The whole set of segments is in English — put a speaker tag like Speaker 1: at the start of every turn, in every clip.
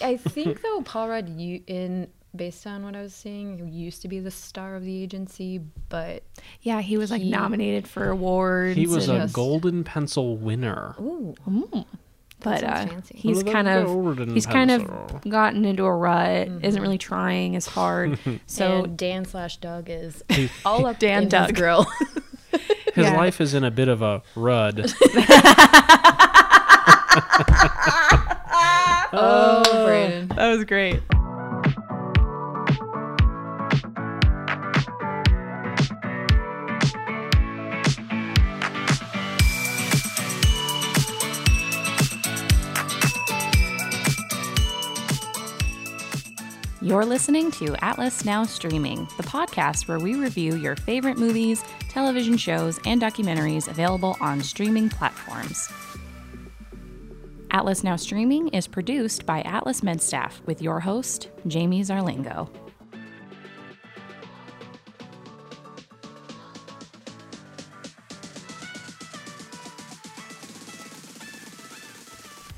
Speaker 1: I think though Paul Rudd, you in based on what I was seeing, used to be the star of the agency, but
Speaker 2: Yeah, he was like
Speaker 1: He-
Speaker 2: nominated for awards.
Speaker 3: He was
Speaker 2: and-
Speaker 3: a
Speaker 1: Yes.
Speaker 3: golden pencil winner.
Speaker 1: ooh,
Speaker 2: but
Speaker 1: sounds
Speaker 2: uh,
Speaker 1: fancy.
Speaker 2: he's
Speaker 3: Little
Speaker 2: kind of
Speaker 3: golden
Speaker 2: he's kind
Speaker 3: pencil.
Speaker 2: of gotten into a rut.
Speaker 1: Mm-hmm.
Speaker 2: Isn't really trying as hard.
Speaker 1: so
Speaker 2: so
Speaker 1: Dan slash Doug is all up in
Speaker 2: Dan
Speaker 1: his
Speaker 2: Doug.
Speaker 1: grill.
Speaker 3: His
Speaker 2: Yeah.
Speaker 3: life is in a bit of a rud.
Speaker 1: oh, Brandon.
Speaker 2: that was great. You're listening to Atlas Now Streaming, the podcast where we review your favorite movies, television shows, and documentaries available on streaming platforms. Atlas Now Streaming is produced by Atlas MedStaff with your host, Jamie Zarlingo.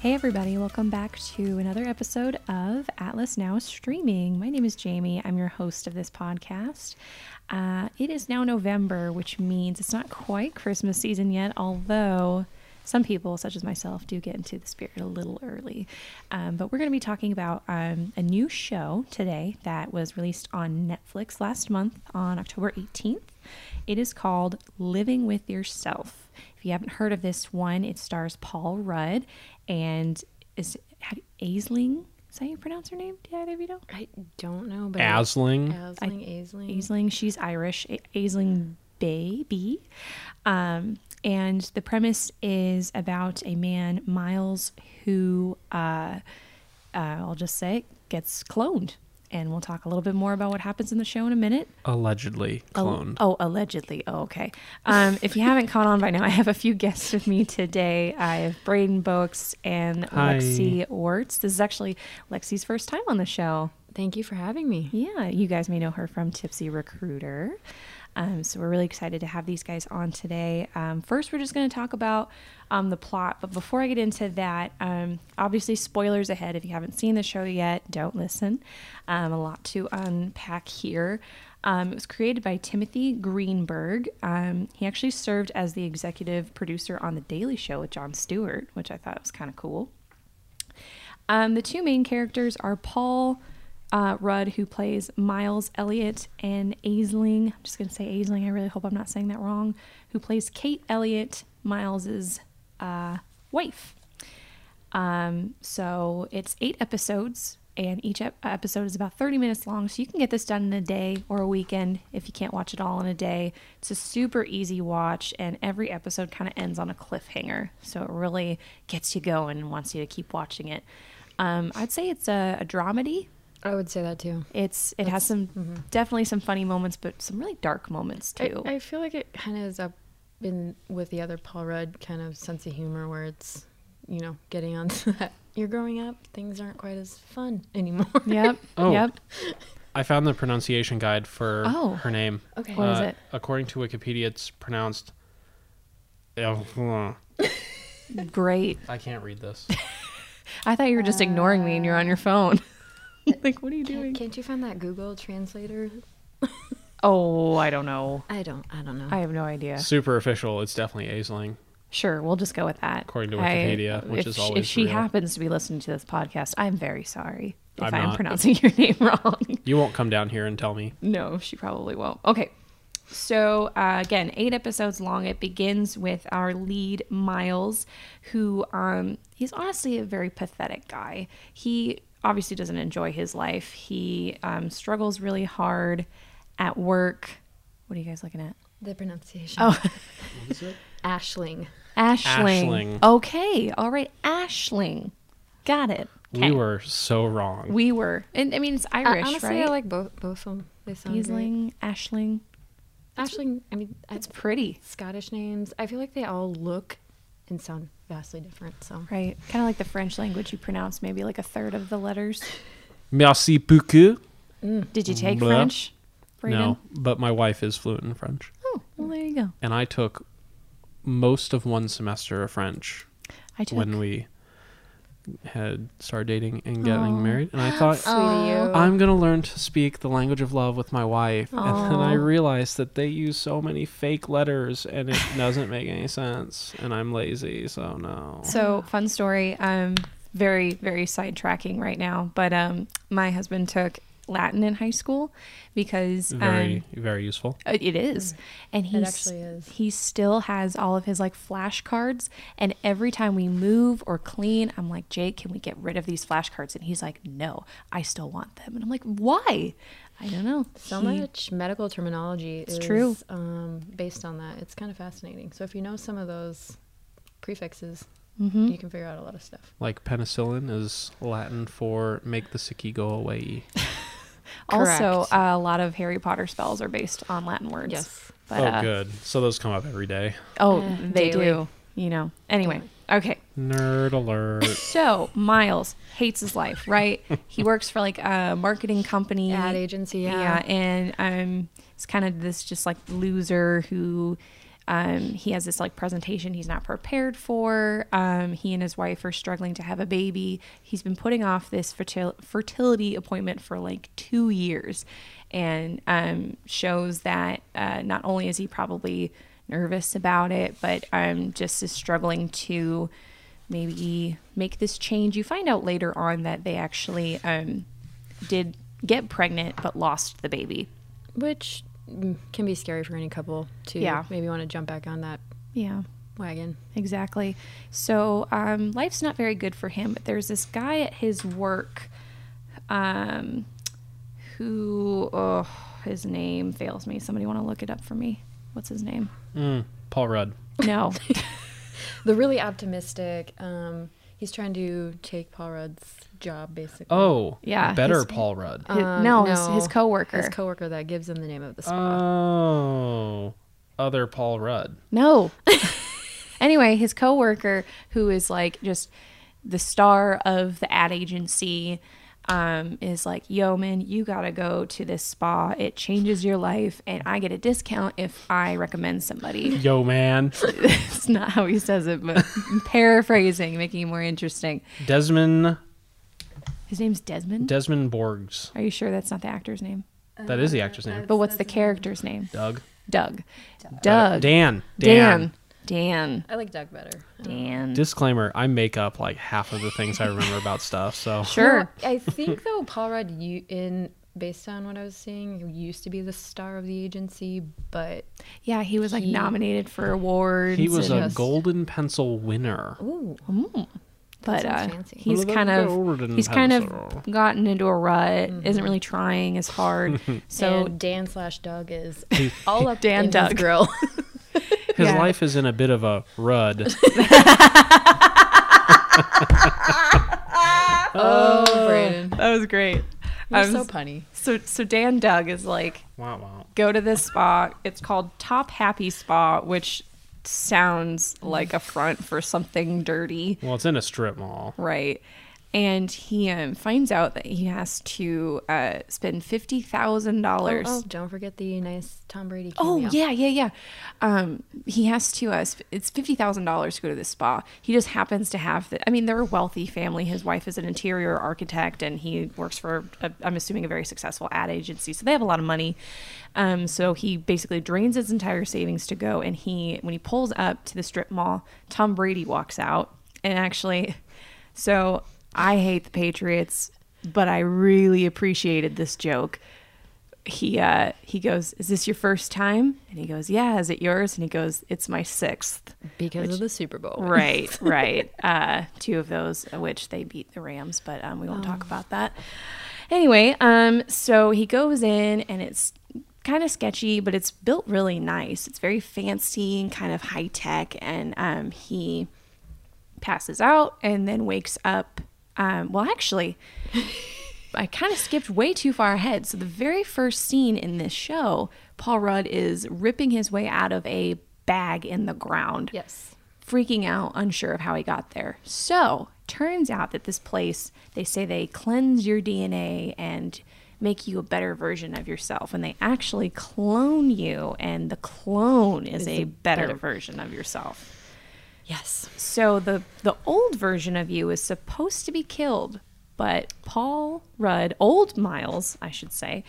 Speaker 2: Hey, everybody, welcome back to another episode of Atlas Now Streaming. My name is Jamie. I'm your host of this podcast. Uh, it is now November, which means it's not quite Christmas season yet, although some people, such as myself, do get into the spirit a little early. Um, but we're going to be talking about um, a new show today that was released on Netflix last month on October 18th. It is called Living with Yourself. If you haven't heard of this one, it stars Paul Rudd and is how do- Aisling. Is that how you pronounce her name? Do either of you know?
Speaker 1: I don't know, but
Speaker 3: Asling.
Speaker 1: Asling, Aisling.
Speaker 2: Aisling, she's Irish. A- Aisling Baby. Um, and the premise is about a man, Miles, who uh, uh, I'll just say it, gets cloned. And we'll talk a little bit more about what happens in the show in a minute.
Speaker 3: Allegedly
Speaker 2: Al-
Speaker 3: cloned.
Speaker 2: Oh, allegedly. Oh, okay. Um, if you haven't caught on by now, I have a few guests with me today. I have Braden Boaks and
Speaker 3: Hi.
Speaker 2: Lexi Orts. This is actually Lexi's first time on the show.
Speaker 1: Thank you for having me.
Speaker 2: Yeah, you guys may know her from Tipsy Recruiter. Um, so we're really excited to have these guys on today. Um, first, we're just going to talk about um, the plot. But before I get into that, um, obviously, spoilers ahead. If you haven't seen the show yet, don't listen. Um, a lot to unpack here. Um, it was created by Timothy Greenberg. Um, he actually served as the executive producer on The Daily Show with Jon Stewart, which I thought was kind of cool. Um, the two main characters are Paul uh, Rudd, who plays Miles Elliott, and Aisling. I'm just going to say Aisling. I really hope I'm not saying that wrong. Who plays Kate Elliott, Miles's uh, wife. Um, so it's eight episodes, and each ep- episode is about 30 minutes long. So you can get this done in a day or a weekend if you can't watch it all in a day. It's a super easy watch, and every episode kind of ends on a cliffhanger. So it really gets you going and wants you to keep watching it. Um, I'd say it's a, a dramedy.
Speaker 1: I would say that too.
Speaker 2: It's it has some definitely some funny moments, but some really dark moments too.
Speaker 1: mm-hmm. I, I feel like it kind of is up in with the other Paul Rudd kind of sense of humor where it's, you know, getting on to that. You're growing up, things aren't quite as fun anymore.
Speaker 2: yep.
Speaker 3: Oh.
Speaker 2: Yep.
Speaker 3: I found the pronunciation guide for
Speaker 2: Oh.
Speaker 3: her name. Uh,
Speaker 1: Okay.
Speaker 2: What is it?
Speaker 3: According to Wikipedia, it's pronounced. Oh,
Speaker 2: Great.
Speaker 3: I can't read this.
Speaker 2: I thought you were just ignoring me and you're on your phone. like, what are you
Speaker 1: Can't,
Speaker 2: doing?
Speaker 1: can't you find that Google translator?
Speaker 2: Oh, I don't know.
Speaker 1: I don't I don't know.
Speaker 2: I have no idea.
Speaker 3: Super official. It's definitely Aisling.
Speaker 2: Sure, we'll just go with that.
Speaker 3: According to
Speaker 2: I-
Speaker 3: Wikipedia, which
Speaker 2: if
Speaker 3: is
Speaker 2: she-
Speaker 3: always
Speaker 2: If she
Speaker 3: real.
Speaker 2: happens to be listening to this podcast, I'm very sorry if
Speaker 3: I'm
Speaker 2: I'm,
Speaker 3: not.
Speaker 2: pronouncing your name wrong.
Speaker 3: You won't come down here and tell me.
Speaker 2: no, she probably won't. Okay. So, uh, again, eight episodes long. It begins with our lead, Miles, who um, he's honestly a very pathetic guy. He obviously doesn't enjoy his life, he um, struggles really hard at work. What are you guys looking at?
Speaker 1: the pronunciation. Oh. Ashling.
Speaker 2: Ashling.
Speaker 3: Ashling.
Speaker 2: Okay. All right. Ashling. Got it. 'Kay.
Speaker 3: We were so wrong.
Speaker 2: We were. And I mean, it's
Speaker 1: I-
Speaker 2: Irish,
Speaker 1: honestly,
Speaker 2: right?
Speaker 1: I like both both of them. They sound great.
Speaker 2: Aisling, Ashling.
Speaker 1: Ashling. I mean, I-
Speaker 2: It's pretty,
Speaker 1: Scottish names. I feel like they all look and sound vastly different. So
Speaker 2: right? Kind of like the French language. You pronounce maybe like a third of the letters.
Speaker 3: Merci beaucoup.
Speaker 2: Did you take
Speaker 3: Blah.
Speaker 2: French? Brayden?
Speaker 3: No, but my wife is fluent in French.
Speaker 2: Oh, well, there you go.
Speaker 3: And I took most of one semester of French
Speaker 2: I took.
Speaker 3: when we had started dating and getting
Speaker 2: Aw.
Speaker 3: married, and I thought
Speaker 1: Sweet of you. Oh.
Speaker 3: I'm gonna learn to speak the language of love with my wife, and then I
Speaker 2: Aw.
Speaker 3: realized that they use so many fake letters, and it doesn't make any sense, and I'm lazy, so no.
Speaker 2: So fun story. Um, very very sidetracking right now, but um, my husband took Latin in high school because
Speaker 3: Very,
Speaker 2: um,
Speaker 3: very useful.
Speaker 2: it it is, and he
Speaker 1: It
Speaker 2: s-
Speaker 1: actually is.
Speaker 2: He still has all of his like flashcards, and every time we move or clean, I'm like, Jake, can we get rid of these flashcards? And he's like, No, I still want them, and I'm like, Why? I don't know.
Speaker 1: So
Speaker 2: He-
Speaker 1: much medical terminology is
Speaker 2: true.
Speaker 1: Um, based on that. It's kind of fascinating. So if you know some of those prefixes, you can figure out a lot of stuff.
Speaker 3: Like penicillin is Latin for "make the sicky go away."
Speaker 2: Also,
Speaker 1: Correct.
Speaker 2: uh, a lot of Harry Potter spells are based on Latin words.
Speaker 1: Yes.
Speaker 2: But,
Speaker 3: oh,
Speaker 2: uh,
Speaker 3: good. So those come up every day.
Speaker 2: Oh,
Speaker 1: Eh,
Speaker 2: they
Speaker 1: daily.
Speaker 2: do. You know. Anyway, okay.
Speaker 3: Nerd alert.
Speaker 2: So Miles hates his life, right? he works for like a marketing company,
Speaker 1: Ad agency, yeah.
Speaker 2: and um, it's kind of this just like loser who. Um, he has this like presentation he's not prepared for. Um, he and his wife are struggling to have a baby. He's been putting off this fertil- fertility appointment for like two years, and um, shows that uh, not only is he probably nervous about it, but um, just is struggling to maybe make this change. You find out later on that they actually um, did get pregnant but lost the baby.
Speaker 1: Which mm, can be scary for any couple to
Speaker 2: Yeah.
Speaker 1: maybe want to jump back on that
Speaker 2: Yeah.
Speaker 1: wagon.
Speaker 2: Exactly. So um, life's not very good for him, but there's this guy at his work um, who, oh, his name fails me. Somebody want to look it up for me? What's his name?
Speaker 3: Mm, Paul Rudd.
Speaker 2: No.
Speaker 1: The really optimistic. Um, he's trying to take Paul Rudd's job, basically. Um,
Speaker 3: Oh,
Speaker 2: Yeah,
Speaker 3: better
Speaker 2: his-
Speaker 3: Paul Rudd.
Speaker 2: His- no, his- his coworker.
Speaker 1: His coworker that gives him the name of the spa.
Speaker 3: Oh, other Paul Rudd.
Speaker 2: No. anyway, his coworker, who is like just the star of the ad agency, um, is like, "Yo, man, you gotta go to this spa. It changes your life, and I get a discount if I recommend somebody."
Speaker 3: Yo, man.
Speaker 2: That's not how he says it, but I'm paraphrasing, making it more interesting.
Speaker 3: Desmond
Speaker 2: His name's Desmond.
Speaker 3: Desmond Borgs.
Speaker 2: Are you sure that's not the actor's name?
Speaker 3: That is the actor's name.
Speaker 2: But what's the character's name?
Speaker 3: Doug.
Speaker 2: Doug. Doug.
Speaker 3: Uh, Dan. Dan.
Speaker 2: Dan.
Speaker 3: Oh.
Speaker 2: Dan.
Speaker 1: I like Doug better.
Speaker 2: Dan.
Speaker 3: Disclaimer: I make up like half of the things I remember about stuff. So
Speaker 2: Sure.
Speaker 1: No, I think though Paul Rudd, you in based on what I was seeing, used to be the star of the agency, but
Speaker 2: Yeah, he was like
Speaker 1: He-
Speaker 2: nominated for awards.
Speaker 3: he was
Speaker 2: and- Mm.
Speaker 3: a
Speaker 1: Yes.
Speaker 3: golden pencil winner.
Speaker 1: ooh,
Speaker 2: but
Speaker 1: sounds
Speaker 2: uh,
Speaker 1: fancy.
Speaker 2: he's
Speaker 3: Little
Speaker 2: kind of
Speaker 3: golden
Speaker 2: he's kind
Speaker 3: pencil.
Speaker 2: of gotten into a rut.
Speaker 1: Mm-hmm.
Speaker 2: Isn't really trying as hard.
Speaker 1: so
Speaker 2: so
Speaker 1: Dan slash Doug is all up
Speaker 2: Dan
Speaker 1: in
Speaker 2: Doug.
Speaker 1: his grill.
Speaker 3: His
Speaker 2: yeah.
Speaker 3: life is in a bit of a Rudd.
Speaker 1: oh, Brandon,
Speaker 2: that was great.
Speaker 1: you're
Speaker 2: Um,
Speaker 1: so punny.
Speaker 2: so so Dan Doug is like
Speaker 3: wow, wow.
Speaker 2: go to this spa. It's called Top Happy Spa, which sounds like a front for something dirty.
Speaker 3: Well, it's in a strip mall.
Speaker 2: Right. And he um, finds out that he has to uh, spend fifty thousand
Speaker 1: Oh,
Speaker 2: dollars
Speaker 1: oh, don't forget the nice Tom Brady.
Speaker 2: Oh
Speaker 1: cameo.
Speaker 2: yeah, yeah, yeah. Um, he has to. Uh, sp- it's fifty thousand dollars to go to this spa. He just happens to have. The, I mean, they're a wealthy family. His wife is an interior architect, and he works for. A, I'm assuming a very successful ad agency, so they have a lot of money. Um, so he basically drains his entire savings to go, and he when he pulls up to the strip mall, Tom Brady walks out, and actually, so I hate the Patriots, but I really appreciated this joke he uh he goes is this your first time and he goes yeah is it yours and he goes it's my sixth
Speaker 1: because of the Super Bowl.
Speaker 2: right right uh two of those uh, which they beat the rams but um we won't talk about that anyway um so he goes in and it's kind of sketchy but it's built really nice it's very fancy and kind of high tech and um he passes out and then wakes up um well actually I kind of skipped way too far ahead. So the very first scene in this show, Paul Rudd is ripping his way out of a bag in the ground.
Speaker 1: Yes.
Speaker 2: Freaking out, unsure of how he got there. So, turns out that this place, they say they cleanse your DNA and make you a better version of yourself. And they actually clone you, and the clone is, a better version of yourself.
Speaker 1: Yes.
Speaker 2: So the the old version of you is supposed to be killed, but Paul Rudd, old Miles, I should say,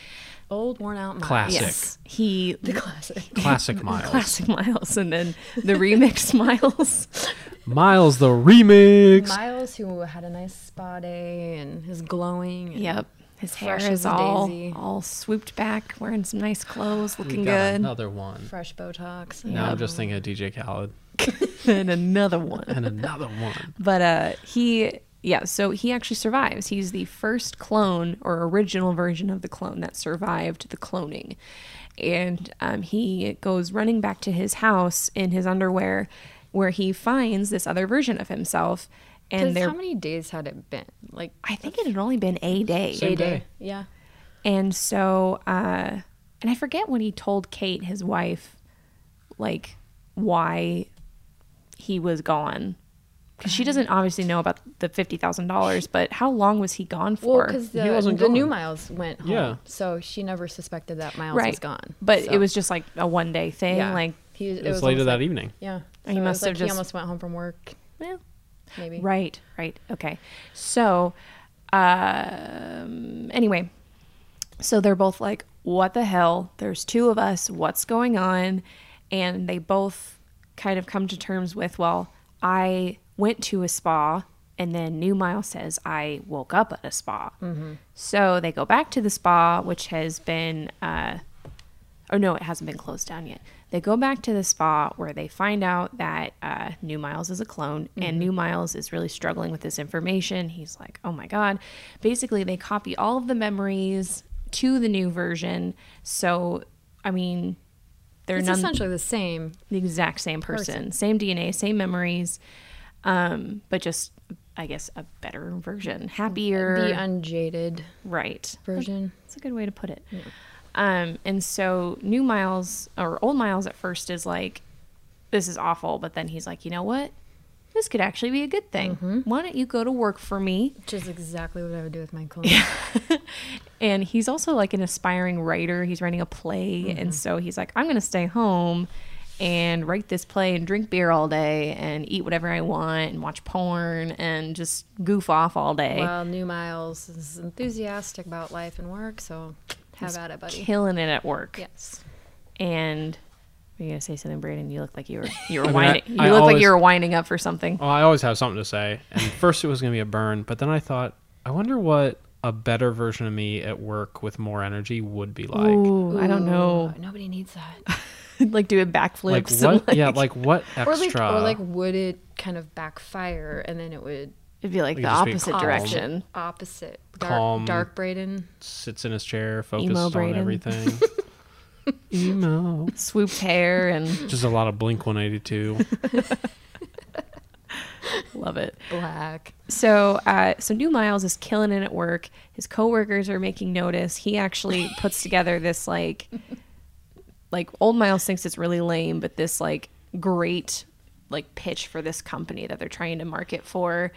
Speaker 1: Old, worn out Miles.
Speaker 3: Classic.
Speaker 1: Yes.
Speaker 2: he
Speaker 1: The classic.
Speaker 3: Classic Miles.
Speaker 2: classic Miles, and then the remixed Miles.
Speaker 3: Miles the remix.
Speaker 1: Miles, who had a nice spa day and is glowing. and-
Speaker 2: Yep. His hair
Speaker 1: Fresh as
Speaker 2: is
Speaker 1: a
Speaker 2: all
Speaker 1: daisy.
Speaker 2: all swooped back, wearing some nice clothes,
Speaker 3: We
Speaker 2: looking
Speaker 3: got
Speaker 2: good.
Speaker 3: another one.
Speaker 1: Fresh Botox.
Speaker 3: Now I'm just thinking of DJ Khaled
Speaker 2: and another one.
Speaker 3: and another one.
Speaker 2: But uh, he, yeah, so he actually survives. He's the first clone or original version of the clone that survived the cloning. And um, he goes running back to his house in his underwear where he finds this other version of himself. And
Speaker 1: And
Speaker 2: they're,
Speaker 1: how many days had it been? Like
Speaker 2: I think it had only been a day.
Speaker 1: a
Speaker 3: Same
Speaker 1: day.
Speaker 3: day.
Speaker 1: Yeah.
Speaker 2: And so, uh, and I forget when he told Kate, his wife, like why he was gone. Because she doesn't obviously know about the fifty thousand dollars, but how long was he gone
Speaker 1: Well,
Speaker 2: for?
Speaker 1: because
Speaker 3: He
Speaker 1: the,
Speaker 3: wasn't
Speaker 1: the new
Speaker 3: gone.
Speaker 1: Miles went home.
Speaker 3: Yeah.
Speaker 1: So she never suspected that Miles was gone.
Speaker 2: But
Speaker 1: So,
Speaker 2: it was just like a one day thing.
Speaker 1: yeah.
Speaker 2: Like,
Speaker 1: he,
Speaker 3: It was later
Speaker 1: almost
Speaker 3: that
Speaker 1: like-
Speaker 3: evening.
Speaker 1: Yeah.
Speaker 2: And he
Speaker 1: So it
Speaker 2: must
Speaker 1: was like
Speaker 2: have
Speaker 1: He
Speaker 2: just-
Speaker 1: almost went home from work,
Speaker 2: well,
Speaker 1: maybe.
Speaker 2: Right, right. Okay. So, um, anyway, so they're both like, what the hell? There's two of us. What's going on? And they both kind of come to terms with, well, I went to a spa, and then New Mile says, I woke up at a spa. So they go back to the spa, which has been, uh, or no, it hasn't been closed down yet. They go back to the spa where they find out that uh, New Miles is a clone,
Speaker 1: Mm-hmm.
Speaker 2: and New Miles is really struggling with this information. He's like, oh my God. Basically, they copy all of the memories to the new version. So, I mean, they're
Speaker 1: It's
Speaker 2: none
Speaker 1: essentially the same.
Speaker 2: the exact same person, same DNA, same memories, um, but just, I guess, a better version, happier.
Speaker 1: The unjaded
Speaker 2: right.
Speaker 1: version.
Speaker 2: That's a good way to put it. Um, and so new Miles or old Miles at first is like, this is awful. But then he's like, you know what? This could actually be a good thing. Why don't you go to work for me?
Speaker 1: Which is exactly what I would do with my clone.
Speaker 2: And he's also like an aspiring writer. He's writing a play. And so he's like, I'm going to stay home and write this play and drink beer all day and eat whatever I want and watch porn and just goof off all day.
Speaker 1: Well, New Miles is enthusiastic about life and work, so how about it, buddy?
Speaker 2: Killing it at work.
Speaker 1: Yes.
Speaker 2: and were you gonna say something, Brandon? You look like you were you were
Speaker 3: mean,
Speaker 2: winding.
Speaker 3: I-
Speaker 2: you
Speaker 3: I
Speaker 2: look like
Speaker 3: always-
Speaker 2: you were winding up for something.
Speaker 3: Oh, I always have something to say. And first it was going to be a burn, but then I thought, I wonder what a better version of me at work with more energy would be Oh, like.
Speaker 2: Ooh, I don't know.
Speaker 1: Ooh, Nobody needs that.
Speaker 2: like doing
Speaker 3: Like
Speaker 2: backflips. and,
Speaker 3: what? yeah, like what
Speaker 1: or like,
Speaker 3: extra?
Speaker 1: or like, would it kind of backfire, and then it would
Speaker 2: it'd be like
Speaker 3: Like
Speaker 2: the
Speaker 3: just be
Speaker 2: opposite
Speaker 3: calm.
Speaker 2: direction.
Speaker 1: opposite
Speaker 3: Calm.
Speaker 1: dark, dark Braden.
Speaker 3: sits in his chair, focuses
Speaker 2: Emo
Speaker 3: on
Speaker 2: Brayden.
Speaker 3: everything. Emo.
Speaker 2: Swooped hair and
Speaker 3: Just a lot of Blink 182.
Speaker 2: love it.
Speaker 1: Black.
Speaker 2: So, uh, so New Miles is killing it at work. His coworkers are making notice. He actually puts together this like, like old Miles thinks it's really lame, but this like great like pitch for this company that they're trying to market for.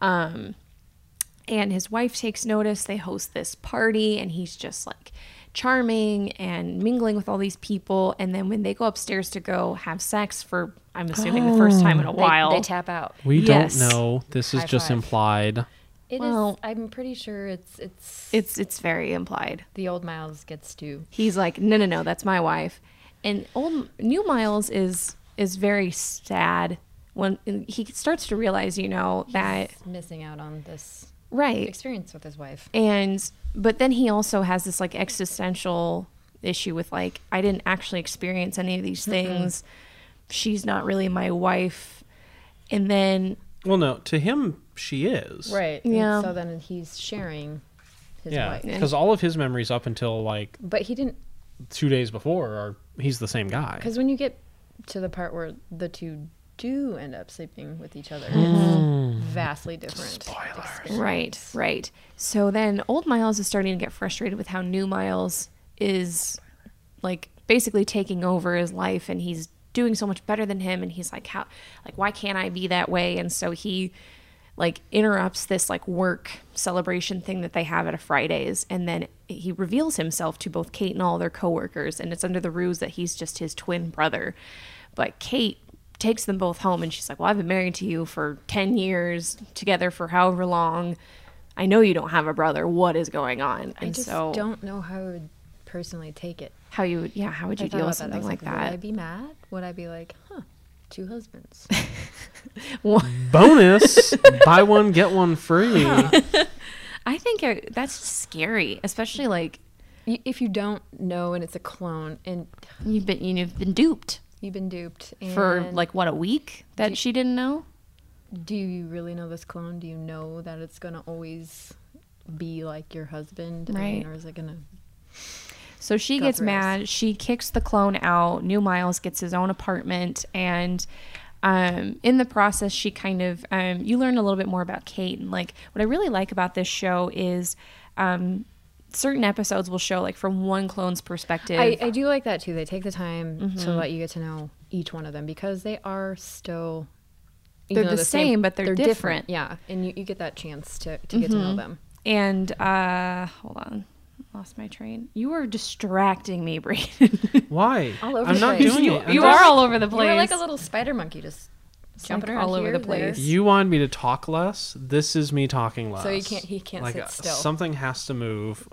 Speaker 2: Um, and his wife takes notice. They host this party, and he's just like charming and mingling with all these people. And then when they go upstairs to go have sex for, I'm assuming the first time in a
Speaker 1: They-
Speaker 2: while,
Speaker 1: Oh. they, tap out.
Speaker 3: We
Speaker 2: Yes.
Speaker 3: don't know. This is
Speaker 1: High
Speaker 3: just
Speaker 1: five.
Speaker 3: implied.
Speaker 1: It is-
Speaker 2: Well-
Speaker 1: I'm pretty sure it's it's
Speaker 2: it's it's very implied.
Speaker 1: the old Miles gets to.
Speaker 2: he's like no no no that's my wife and old new miles is is very sad when he starts to realize you know that
Speaker 1: He's missing out on this
Speaker 2: right
Speaker 1: experience with his wife.
Speaker 2: and but then he also has this like existential issue with like i didn't actually experience any of these things she's not really my wife and then
Speaker 3: Well, no, to him, she is.
Speaker 1: Right.
Speaker 2: Yeah.
Speaker 1: So then he's sharing his
Speaker 3: Yeah.
Speaker 1: wife.
Speaker 3: Because all of his memories up until like
Speaker 1: But he didn't
Speaker 3: two days before are he's the same guy.
Speaker 1: Because when you get to the part where the two do end up sleeping with each other, it's vastly different. Spoilers.
Speaker 2: Right, right. So then old Miles is starting to get frustrated with how new Miles is like basically taking over his life and he's doing so much better than him and he's like how like why can't I be that way? And so he like interrupts this like work celebration thing that they have at a Fridays and then he reveals himself to both Kate and all their coworkers and it's under the ruse that he's just his twin brother. But Kate takes them both home and she's like, Well, I've been married to you for 10 years, together for however long. I know you don't have a brother. What is going on?
Speaker 1: I
Speaker 2: and
Speaker 1: just
Speaker 2: so,
Speaker 1: don't know how I would personally take it.
Speaker 2: how you, would- yeah, how would
Speaker 1: I
Speaker 2: you
Speaker 1: thought
Speaker 2: deal with
Speaker 1: about that. I
Speaker 2: something
Speaker 1: was
Speaker 2: like
Speaker 1: Would I
Speaker 2: that?
Speaker 1: be mad? Would I be like, huh, two husbands?
Speaker 2: Well,
Speaker 3: Mm. Bonus: buy one get one free.
Speaker 2: I think it, that's scary, especially like
Speaker 1: Y- if you don't know and it's a clone and
Speaker 2: you've been you've been duped
Speaker 1: you've been duped, and
Speaker 2: for like what a week that
Speaker 1: Do-
Speaker 2: she didn't know.
Speaker 1: do you really know this clone? Do you know that it's gonna always be like your husband, I mean,
Speaker 2: Right.
Speaker 1: or is it gonna?
Speaker 2: So she
Speaker 1: Go
Speaker 2: gets
Speaker 1: through us.
Speaker 2: mad. She kicks the clone out. New Miles gets his own apartment, and um, in the process, she kind of um, you learn a little bit more about Kate. And like what I really like about this show is um, certain episodes will show like from one clone's perspective.
Speaker 1: I, I do like that too. They take the time to
Speaker 2: Mm-hmm.
Speaker 1: let you get to know each one of them because they are still. even
Speaker 2: They're
Speaker 1: though
Speaker 2: the same, but they're different. Mm-hmm.
Speaker 1: Yeah, and you, you get that chance to, to get to know them.
Speaker 2: and uh, hold on, lost my train. You were distracting me, Brayden.
Speaker 3: Why?
Speaker 1: All over
Speaker 3: I'm
Speaker 1: the
Speaker 3: not
Speaker 1: place.
Speaker 3: doing
Speaker 2: you
Speaker 3: it. I'm
Speaker 2: you
Speaker 3: just-
Speaker 2: are all over the place.
Speaker 1: You're like a little spider monkey, just
Speaker 2: It's
Speaker 1: jumping
Speaker 2: like
Speaker 1: around
Speaker 2: all over
Speaker 1: here,
Speaker 2: the place.
Speaker 1: there.
Speaker 3: You wanted me to talk less. This is me talking less.
Speaker 1: So he can't- he can't sit
Speaker 3: uh,
Speaker 1: still.
Speaker 3: Something has to move,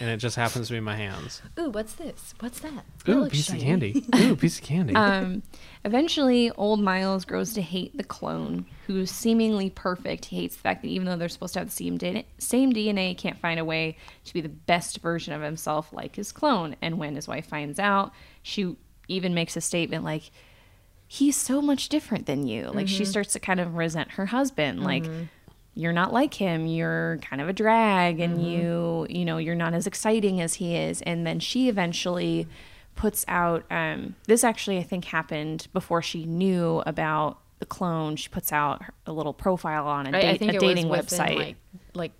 Speaker 3: and it just happens to be my hands.
Speaker 1: Ooh, what's this? What's that? That
Speaker 3: Ooh,
Speaker 1: looks
Speaker 3: piece of
Speaker 1: shiny.
Speaker 3: candy. Ooh, piece of candy.
Speaker 2: um, eventually, old Miles grows to hate the clone, who's seemingly perfect. He hates the fact that even though they're supposed to have the same DNA, same DNA, he can't find a way to be the best version of himself like his clone. And when his wife finds out, she even makes a statement like, "He's so much different than you."
Speaker 1: Mm-hmm.
Speaker 2: Like she starts to kind of resent her husband, like. You're not like him. You're kind of a drag, and
Speaker 1: Mm-hmm.
Speaker 2: you, you know, you're not as exciting as he is. And then she eventually puts out um, this actually i think happened before she knew about the clone she puts out her- a little profile on
Speaker 1: I,
Speaker 2: a,
Speaker 1: I
Speaker 2: date,
Speaker 1: think
Speaker 2: a
Speaker 1: it
Speaker 2: dating
Speaker 1: was
Speaker 2: website
Speaker 1: within, Like, like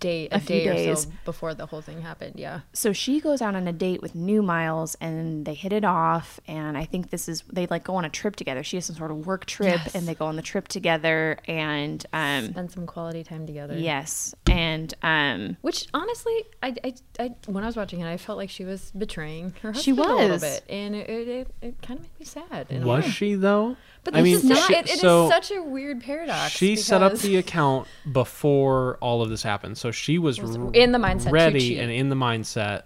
Speaker 1: day a,
Speaker 2: A few
Speaker 1: day or
Speaker 2: days.
Speaker 1: so before the whole thing happened. Yeah.
Speaker 2: so she goes out on a date with new miles and they hit it off and i think this is they like go on a trip together she has some sort of work trip
Speaker 1: Yes.
Speaker 2: and they go on the trip together and um
Speaker 1: Spend some quality time together.
Speaker 2: yes and um
Speaker 1: Which honestly, I, I, I, when I was watching it, I felt like she was betraying her husband
Speaker 2: She
Speaker 1: a little
Speaker 2: was.
Speaker 1: bit, and it, it, it, it kind of made me sad. in a
Speaker 3: Was
Speaker 1: way.
Speaker 3: she though?
Speaker 1: But
Speaker 3: I
Speaker 1: this
Speaker 3: mean,
Speaker 1: is not.
Speaker 3: she-
Speaker 1: it it is
Speaker 3: so
Speaker 1: such a weird paradox.
Speaker 3: she set up
Speaker 1: because-
Speaker 3: the account before all of this happened, so she was, r-
Speaker 1: in the mindset to
Speaker 3: ready,
Speaker 1: cheat.
Speaker 3: and in the mindset.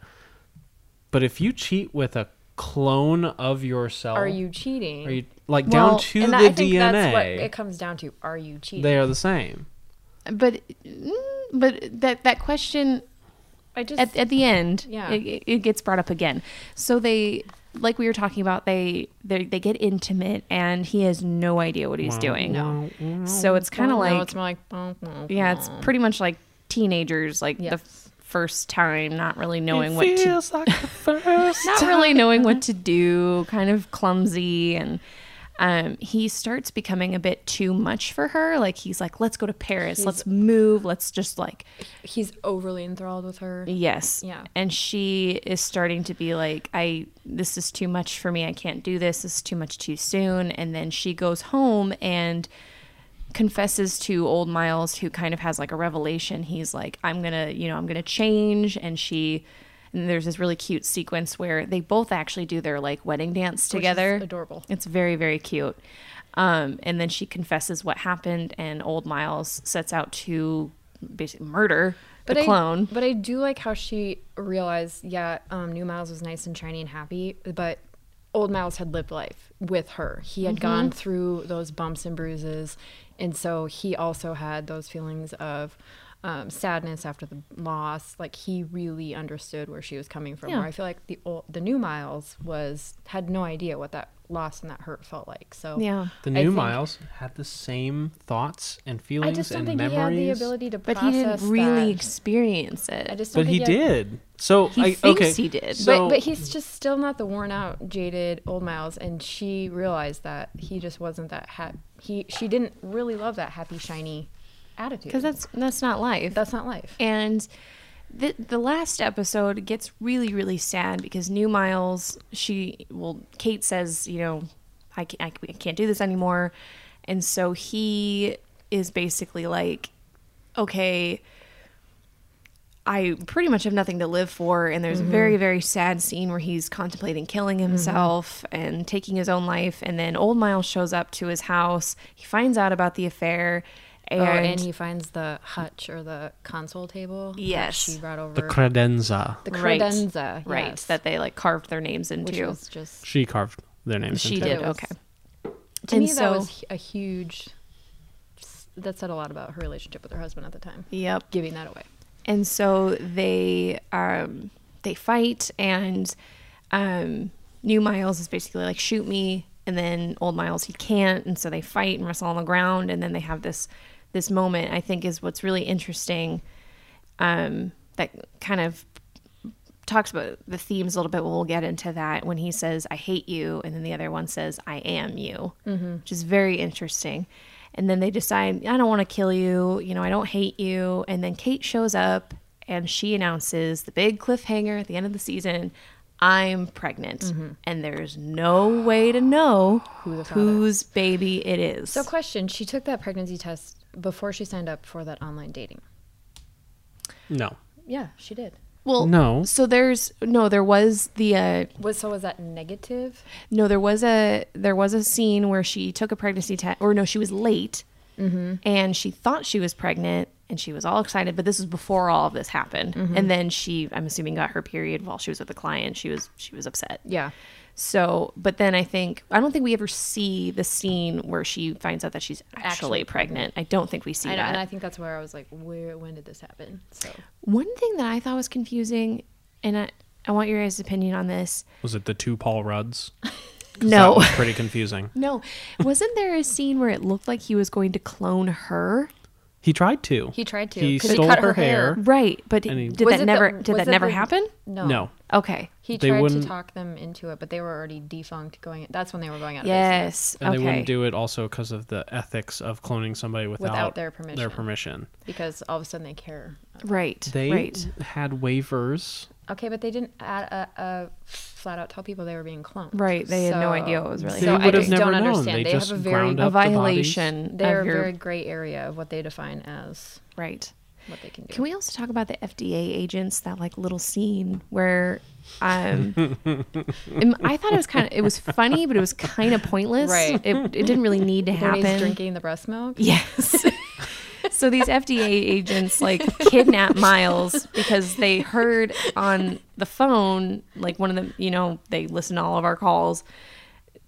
Speaker 3: But if you cheat with a clone of yourself,
Speaker 1: Are you cheating?
Speaker 3: Are you like
Speaker 2: Well,
Speaker 3: down to the
Speaker 1: and that, I think that's what
Speaker 3: DNA?
Speaker 1: it comes down to. Are you cheating?
Speaker 3: They are the same.
Speaker 2: but mm, but that that question
Speaker 1: I just
Speaker 2: at, at the end
Speaker 1: Yeah.
Speaker 2: it, it gets brought up again so they like we were talking about they they they get intimate and he has no idea what he's doing
Speaker 3: No.
Speaker 2: so it's kind of
Speaker 1: No,
Speaker 2: like
Speaker 1: it's more like "Bonk, bonk,
Speaker 2: yeah it's
Speaker 1: bonk."
Speaker 2: pretty much like teenagers like the
Speaker 1: Yes.
Speaker 2: f- first time not really knowing what to
Speaker 3: feels like the first
Speaker 2: not really knowing what to do, kind of clumsy and um, he starts becoming a bit too much for her. Like he's like, let's go to Paris, let's move, let's just like,
Speaker 1: He's overly enthralled with her.
Speaker 2: yes,
Speaker 1: Yeah.
Speaker 2: And she is starting to be like, I this is too much for me. I can't do this. This is too much too soon. And then she goes home and confesses to old Miles, who kind of has like a revelation. He's like, I'm gonna, you know, I'm gonna change. And she, and there's this really cute sequence where they both actually do their like wedding dance
Speaker 1: which is
Speaker 2: together.
Speaker 1: adorable.
Speaker 2: It's very, very cute. Um, and then she confesses what happened, and old Miles sets out to basically murder the
Speaker 1: I,
Speaker 2: clone.
Speaker 1: But I do like how she realized, yeah, um, New Miles was nice and shiny and happy, but old Miles had lived life with her. He
Speaker 2: Mm-hmm.
Speaker 1: had gone through those bumps and bruises. And so he also had those feelings of um, sadness after the loss. Like he really understood where she was coming from.
Speaker 2: Yeah.
Speaker 1: Where I feel like the old, the new Miles was had no idea what that loss and that hurt felt like. So
Speaker 2: Yeah.
Speaker 3: The
Speaker 1: I
Speaker 3: new
Speaker 1: think-
Speaker 3: Miles had the same thoughts and feelings
Speaker 1: I just don't
Speaker 3: and
Speaker 1: think
Speaker 3: memories.
Speaker 1: he had the ability to
Speaker 2: but he
Speaker 1: process
Speaker 2: didn't really
Speaker 1: that.
Speaker 2: experience it.
Speaker 1: I just don't
Speaker 3: but
Speaker 1: think
Speaker 3: he
Speaker 1: had-
Speaker 3: did. So
Speaker 2: He
Speaker 3: I,
Speaker 2: thinks
Speaker 3: okay,
Speaker 2: he did. But-
Speaker 3: So
Speaker 1: but, but he's just still not the worn out, jaded old Miles, and she realized that he just wasn't that happy. He she didn't really love that happy shiny attitude
Speaker 2: because that's that's not life.
Speaker 1: that's not life.
Speaker 2: and the the last episode gets really really sad because New Miles she well Kate says you know I can't, I c- I can't do this anymore, and so he is basically like, okay, I pretty much have nothing to live for. And there's a
Speaker 1: Mm-hmm.
Speaker 2: very, very sad scene where he's contemplating killing himself and taking his own life. And then Old Miles shows up to his house. He finds out about the affair. And,
Speaker 1: Oh, and he finds the hutch or the console table. that
Speaker 2: Yes.
Speaker 1: she brought over
Speaker 3: The credenza.
Speaker 1: the
Speaker 2: Right.
Speaker 1: credenza.
Speaker 2: right,
Speaker 1: yes,
Speaker 2: that they like carved their names into.
Speaker 1: which was just
Speaker 3: She carved their names.
Speaker 2: she
Speaker 3: into
Speaker 2: did.
Speaker 3: It.
Speaker 1: was-
Speaker 2: okay.
Speaker 1: to
Speaker 2: And
Speaker 1: me
Speaker 2: so-
Speaker 1: that was a huge. That said a lot about her relationship with her husband at the time.
Speaker 2: Yep.
Speaker 1: Giving that away.
Speaker 2: and so they um, they fight and um, new miles is basically like shoot me and then old miles he can't and so they fight and wrestle on the ground and then they have this this moment i think is what's really interesting um, that kind of talks about the themes a little bit. We'll get into that when he says, I hate you. And then the other one says, I am you,
Speaker 1: Mm-hmm.
Speaker 2: which is very interesting. And then they decide, I don't want to kill you. You know, I don't hate you. And then Kate shows up and she announces the big cliffhanger at the end of the season I'm pregnant. And there's no way to know
Speaker 1: Mm-hmm. the father-
Speaker 2: whose baby it is.
Speaker 1: So, question: She took that pregnancy test before she signed up for that online dating.
Speaker 3: No.
Speaker 1: Yeah, she did.
Speaker 2: well,
Speaker 3: No.
Speaker 2: So there's, no, there was the, uh,
Speaker 1: Was so was that negative?
Speaker 2: No, there was a there was a scene where she took a pregnancy test, or no, she was late,
Speaker 1: Mm-hmm.
Speaker 2: and she thought she was pregnant, and she was all excited. But this was before all of this happened,
Speaker 1: Mm-hmm.
Speaker 2: and then she, I'm assuming, got her period while she was with a client. She was she was upset.
Speaker 1: Yeah.
Speaker 2: So, but then I think I don't think we ever see the scene where she finds out that she's actually,
Speaker 1: Actually
Speaker 2: pregnant. I don't think we see
Speaker 1: I know,
Speaker 2: that.
Speaker 1: and I think that's where I was like, where when did this happen? So
Speaker 2: One thing that I thought was confusing, and I I want your guys' opinion on this.
Speaker 3: Was it the two Paul Rudds? 'Cause
Speaker 2: No.
Speaker 3: That was pretty confusing.
Speaker 2: No, wasn't there a scene where it looked like he was going to clone her?
Speaker 3: He tried to.
Speaker 1: He tried to,
Speaker 3: He
Speaker 1: 'cause he
Speaker 3: stole
Speaker 1: cut
Speaker 3: her,
Speaker 1: her
Speaker 3: hair.
Speaker 1: hair.
Speaker 2: Right, but
Speaker 3: And he-
Speaker 2: did
Speaker 1: Was
Speaker 2: that
Speaker 1: it
Speaker 2: never
Speaker 1: the-
Speaker 2: did
Speaker 1: was
Speaker 2: that
Speaker 1: it
Speaker 2: never
Speaker 1: the-
Speaker 2: happen?
Speaker 1: no,
Speaker 3: No.
Speaker 2: Okay.
Speaker 1: He
Speaker 3: They
Speaker 1: tried to
Speaker 3: wouldn't-
Speaker 1: talk them into it, but they were already defunct. Going, that's when they were going out. Of business.
Speaker 2: Yes.
Speaker 3: And
Speaker 2: okay.
Speaker 3: they wouldn't do it also because of the ethics of cloning somebody without,
Speaker 1: Without their permission.
Speaker 3: Their permission.
Speaker 1: because all of a sudden they care.
Speaker 2: right.
Speaker 3: They Mm.
Speaker 2: Right.
Speaker 3: had waivers.
Speaker 1: Okay, but they didn't add a, a flat out tell people they were being cloned.
Speaker 2: Right, they had no idea what was really
Speaker 3: They
Speaker 1: So I
Speaker 3: would have
Speaker 1: just
Speaker 3: never
Speaker 1: don't
Speaker 3: known.
Speaker 1: understand.
Speaker 3: They,
Speaker 1: They,
Speaker 3: just
Speaker 1: have a very
Speaker 3: ground
Speaker 2: A
Speaker 3: up the bodies.
Speaker 2: violation
Speaker 1: they're a
Speaker 2: of your
Speaker 1: very gray area of what they define as
Speaker 2: right.
Speaker 1: what they can do.
Speaker 2: Can we also talk about the FDA agents? That like little scene where, um, and I thought it was kind of it was funny, but it was kind of pointless.
Speaker 1: Right.
Speaker 2: It, it didn't really need to
Speaker 1: When he's
Speaker 2: happen.
Speaker 1: drinking the breast milk.
Speaker 2: Yes. so these FDA agents like kidnap Miles because they heard on the phone, like one of them, you know, they listen to all of our calls,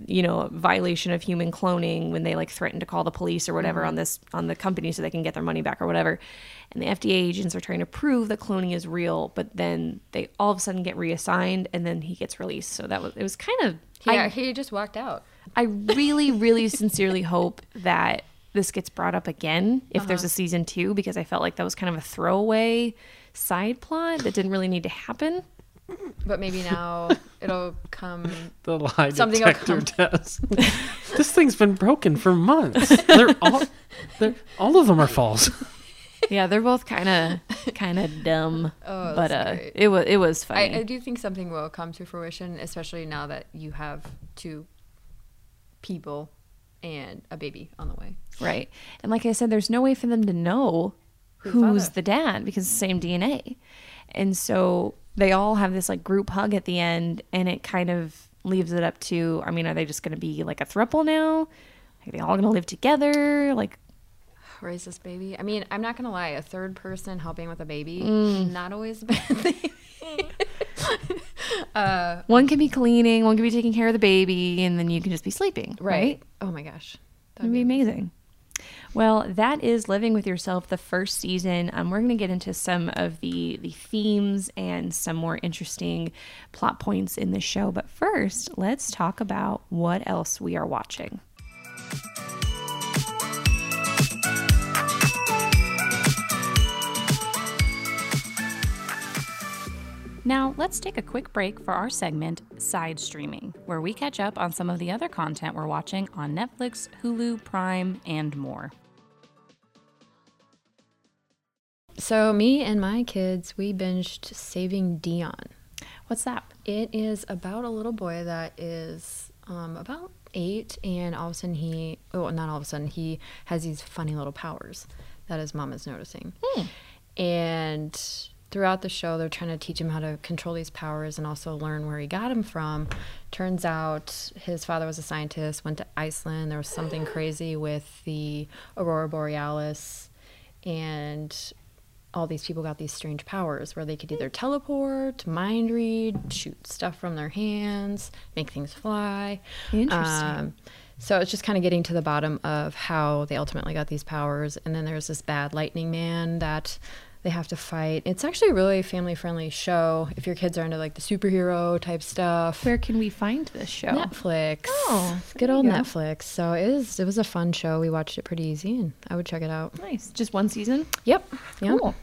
Speaker 2: you know, violation of human cloning when they like threaten to call the police or whatever on this on the company so they can get their money back or whatever. And the FDA agents are trying to prove that cloning is real, but then they all of a sudden get reassigned and then he gets released. So that was it was kind of I-
Speaker 1: Yeah, he just walked out.
Speaker 2: I really, really sincerely hope that this gets brought up again if there's a season two, because I felt like that was kind of a throwaway side plot that didn't really need to happen.
Speaker 1: But maybe now it'll come.
Speaker 3: The lie
Speaker 1: Something will
Speaker 3: detector test. this thing's been broken for months. They're all, they're, all of them are false.
Speaker 2: Yeah, they're both kind of kind of dumb,
Speaker 1: Oh,
Speaker 2: but
Speaker 1: that's
Speaker 2: uh,
Speaker 1: great.
Speaker 2: it was it was
Speaker 1: I, I
Speaker 2: funny.
Speaker 1: do think something will come to fruition, especially now that you have two people and a baby on the way.
Speaker 2: right, and like I said, there's no way for them to know
Speaker 1: Who's
Speaker 2: who's
Speaker 1: father?
Speaker 2: the dad because it's the same DNA, and so they all have this like group hug at the end, and it kind of leaves it up to. I mean, are they just going to be like a thruple now? Are they all going to live together? Like,
Speaker 1: Raise this baby. I mean, I'm not gonna lie. A third person helping with a baby, not always a bad thing.
Speaker 2: One can be cleaning, one can be taking care of the baby, and then you can just be sleeping. Right.
Speaker 1: Oh my gosh.
Speaker 2: That'd be amazing. Well, that is Living with Yourself, the first season. Um, we're going to get into some of the, the themes and some more interesting plot points in the show. But first, let's talk about what else we are watching.
Speaker 4: Now, let's take a quick break for our segment, Side Streaming, where we catch up on some of the other content we're watching on Netflix, Hulu, Prime, and more.
Speaker 1: So me and my kids, we binged Saving Dion.
Speaker 2: What's that?
Speaker 1: It is about a little boy that is um, about eight, and all of a sudden he, well, not all of a sudden, he has these funny little powers that his mom is noticing. And throughout the show, they're trying to teach him how to control these powers and also learn where he got them from. Turns out his father was a scientist, went to Iceland. There was something crazy with the Aurora Borealis, and all these people got these strange powers where they could either teleport, mind read, shoot stuff from their hands, make things fly.
Speaker 2: Interesting.
Speaker 1: so it's just kind of getting to the bottom of how they ultimately got these powers. And then there's this bad lightning man that they have to fight. It's actually a really family friendly show if your kids are into like the superhero type stuff.
Speaker 2: Where can we find this show?
Speaker 1: Netflix.
Speaker 2: Oh,
Speaker 1: good
Speaker 2: there
Speaker 1: old
Speaker 2: you go.
Speaker 1: Netflix. So it is it was a fun show. We watched it pretty easy and I would check it out.
Speaker 2: Nice. Just one season.
Speaker 1: Yep. Yep.
Speaker 2: Cool.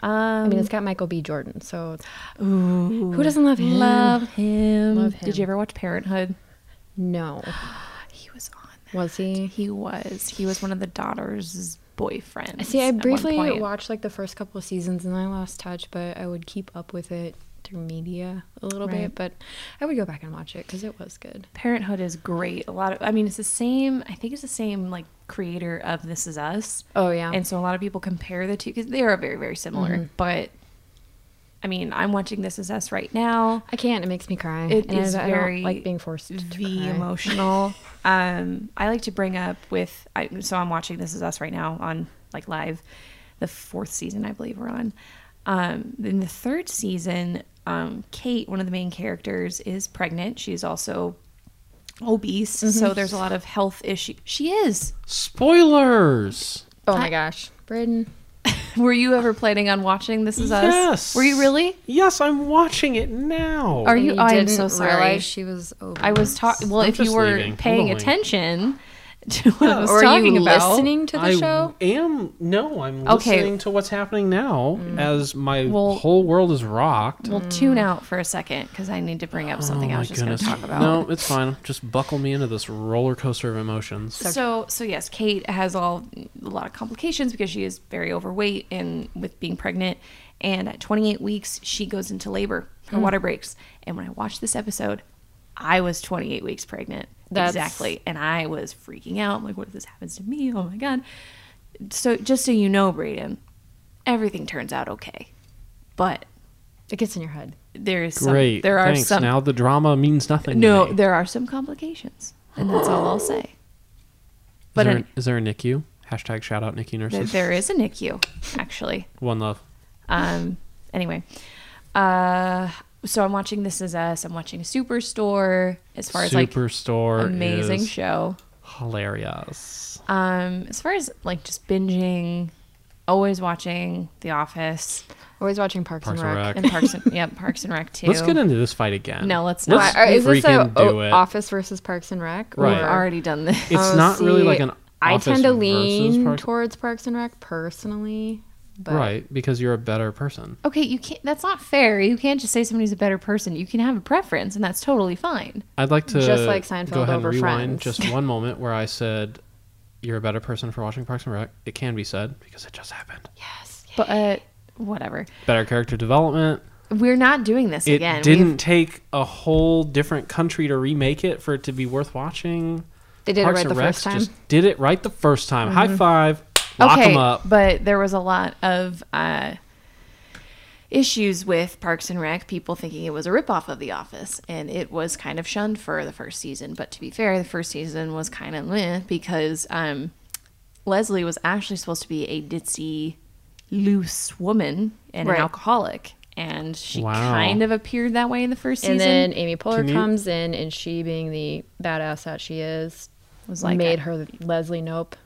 Speaker 1: I
Speaker 2: Um,
Speaker 1: mean, it's got Michael B. Jordan, so
Speaker 2: ooh,
Speaker 1: who doesn't love him?
Speaker 2: love him?
Speaker 1: Love
Speaker 2: Did you
Speaker 1: him.
Speaker 2: ever watch Parenthood?
Speaker 1: No,
Speaker 2: He was on.
Speaker 1: was he?
Speaker 2: He was. He was one of the daughter's boyfriends.
Speaker 1: See, I
Speaker 2: at one
Speaker 1: briefly
Speaker 2: point.
Speaker 1: watched like the first couple of seasons, and I lost touch. But I would keep up with it through media a little
Speaker 2: Right.
Speaker 1: bit. But I would go back and watch it because it was good.
Speaker 2: Parenthood is great. A lot of, I mean, it's the same. I think it's the same like creator of This Is Us.
Speaker 1: Oh yeah,
Speaker 2: And so a lot of people compare the two because they are very, very similar. But I mean, I'm watching This Is Us right now.
Speaker 1: I can't. It makes me cry.
Speaker 2: It
Speaker 1: and I-
Speaker 2: is
Speaker 1: I,
Speaker 2: very
Speaker 1: don't like being forced to
Speaker 2: the
Speaker 1: cry.
Speaker 2: emotional. um, I like to bring up with I, so I'm watching This Is Us right now on like live, the fourth season I believe we're on. Um, in the third season, um, Kate, one of the main characters, is pregnant. She's also obese,
Speaker 1: Mm-hmm.
Speaker 2: so there's a lot of health issues. She is.
Speaker 3: Spoilers.
Speaker 1: Oh my gosh, Braden.
Speaker 2: Were you ever planning on watching This Is Us?
Speaker 3: Yes.
Speaker 2: Were you really?
Speaker 3: Yes, I'm watching it now.
Speaker 2: Are you?
Speaker 1: And
Speaker 2: I am
Speaker 1: didn't
Speaker 2: so sorry.
Speaker 1: Realize she was. Obese.
Speaker 2: I was talking. Well,
Speaker 3: I'm
Speaker 2: if you
Speaker 3: just
Speaker 2: were
Speaker 3: leaving.
Speaker 2: paying
Speaker 3: I'm going.
Speaker 2: attention to what I was
Speaker 1: Oh, Or are
Speaker 2: talking
Speaker 1: you
Speaker 2: about,
Speaker 1: listening to the
Speaker 3: I
Speaker 1: show?
Speaker 3: am no. I'm
Speaker 2: Okay.
Speaker 3: listening to what's happening now
Speaker 2: Mm.
Speaker 3: as my
Speaker 2: Well-
Speaker 3: whole world is rocked.
Speaker 2: we'll tune out for a second because I need to bring up something I was just going to talk about.
Speaker 3: Oh, No, it's fine. Just buckle me into this roller coaster of emotions.
Speaker 2: So, so yes, Kate has all a lot of complications because she is very overweight and with being pregnant. And at 28 weeks, she goes into labor.
Speaker 3: Hmm.
Speaker 2: Her water breaks. And when I watched this episode, I was 28 weeks pregnant.
Speaker 1: That's-
Speaker 2: exactly. And I was freaking out. I'm like, what if this happens to me? Oh my god. So, just so you know, Brayden, everything turns out okay. But
Speaker 1: It gets in your head.
Speaker 2: there is some,
Speaker 3: Great.
Speaker 2: there are
Speaker 3: Thanks.
Speaker 2: some
Speaker 3: Now the drama means nothing.
Speaker 2: No,
Speaker 3: To me.
Speaker 2: there are some complications, and that's all I'll say.
Speaker 3: Is,
Speaker 2: But
Speaker 3: there,
Speaker 2: an-
Speaker 3: is there a NICU? Hashtag shout out NICU
Speaker 2: there,
Speaker 3: nurses.
Speaker 2: there is a NICU, actually.
Speaker 3: One love.
Speaker 2: Um, anyway, uh, so I'm watching This Is Us. I'm watching Superstore. As far as like
Speaker 3: Superstore.
Speaker 2: amazing
Speaker 3: is
Speaker 2: show.
Speaker 3: Hilarious.
Speaker 2: Um, as far as like just binging, always watching The Office
Speaker 1: Always watching Parks,
Speaker 3: Parks
Speaker 1: and
Speaker 3: and
Speaker 1: Rec.
Speaker 3: Rec.
Speaker 2: and Parks and yeah, Parks and Rec too.
Speaker 3: Let's get into this fight again.
Speaker 2: No, let's
Speaker 1: Why-
Speaker 2: not.
Speaker 1: are- is this a
Speaker 3: freaking do
Speaker 1: o-
Speaker 3: it.
Speaker 1: Office versus Parks and Rec?
Speaker 3: Right.
Speaker 2: We've
Speaker 1: or-
Speaker 2: already done this.
Speaker 3: It's
Speaker 1: Oh,
Speaker 3: not really
Speaker 1: see,
Speaker 3: like an.
Speaker 1: I
Speaker 3: Office
Speaker 1: tend to
Speaker 3: versus
Speaker 1: lean
Speaker 3: Parks-
Speaker 1: towards Parks and Rec personally, but
Speaker 3: Right, because you're a better person.
Speaker 2: Okay, you can't. That's not fair. You can't just say somebody's a better person. You can have a preference, and that's totally fine.
Speaker 3: I'd like to
Speaker 1: Just like
Speaker 3: go
Speaker 1: Seinfeld
Speaker 3: ahead
Speaker 1: over
Speaker 3: and rewind
Speaker 1: Friends.
Speaker 3: just one moment where I said, "You're a better person for watching Parks and Rec." It can be said because it just happened.
Speaker 1: yes,
Speaker 2: But uh, whatever.
Speaker 3: Better character development.
Speaker 2: We're not doing this
Speaker 3: It
Speaker 2: again.
Speaker 3: didn't
Speaker 2: We've-
Speaker 3: take a whole different country to remake it for it to be worth watching.
Speaker 1: They did it
Speaker 3: Parks
Speaker 1: right
Speaker 3: and
Speaker 1: the
Speaker 3: Rec
Speaker 1: first time.
Speaker 3: Just did it right the first time. High five. Lock
Speaker 2: Mm-hmm. okay,
Speaker 3: them up.
Speaker 2: but there was a lot of uh, issues with Parks and Rec. People thinking it was a ripoff of The Office, and it was kind of shunned for the first season. But to be fair, the first season was kind of meh because um, Leslie was actually supposed to be a ditzy, loose woman and
Speaker 1: Right.
Speaker 2: an alcoholic. And she
Speaker 3: Wow.
Speaker 2: kind of appered that way in the first
Speaker 1: and
Speaker 2: season.
Speaker 1: then Amy Poehler
Speaker 3: Can you-
Speaker 1: comes in, and she, being the badass that she is,
Speaker 2: Was like uh,
Speaker 1: made
Speaker 2: a-
Speaker 1: her the Leslie Nope,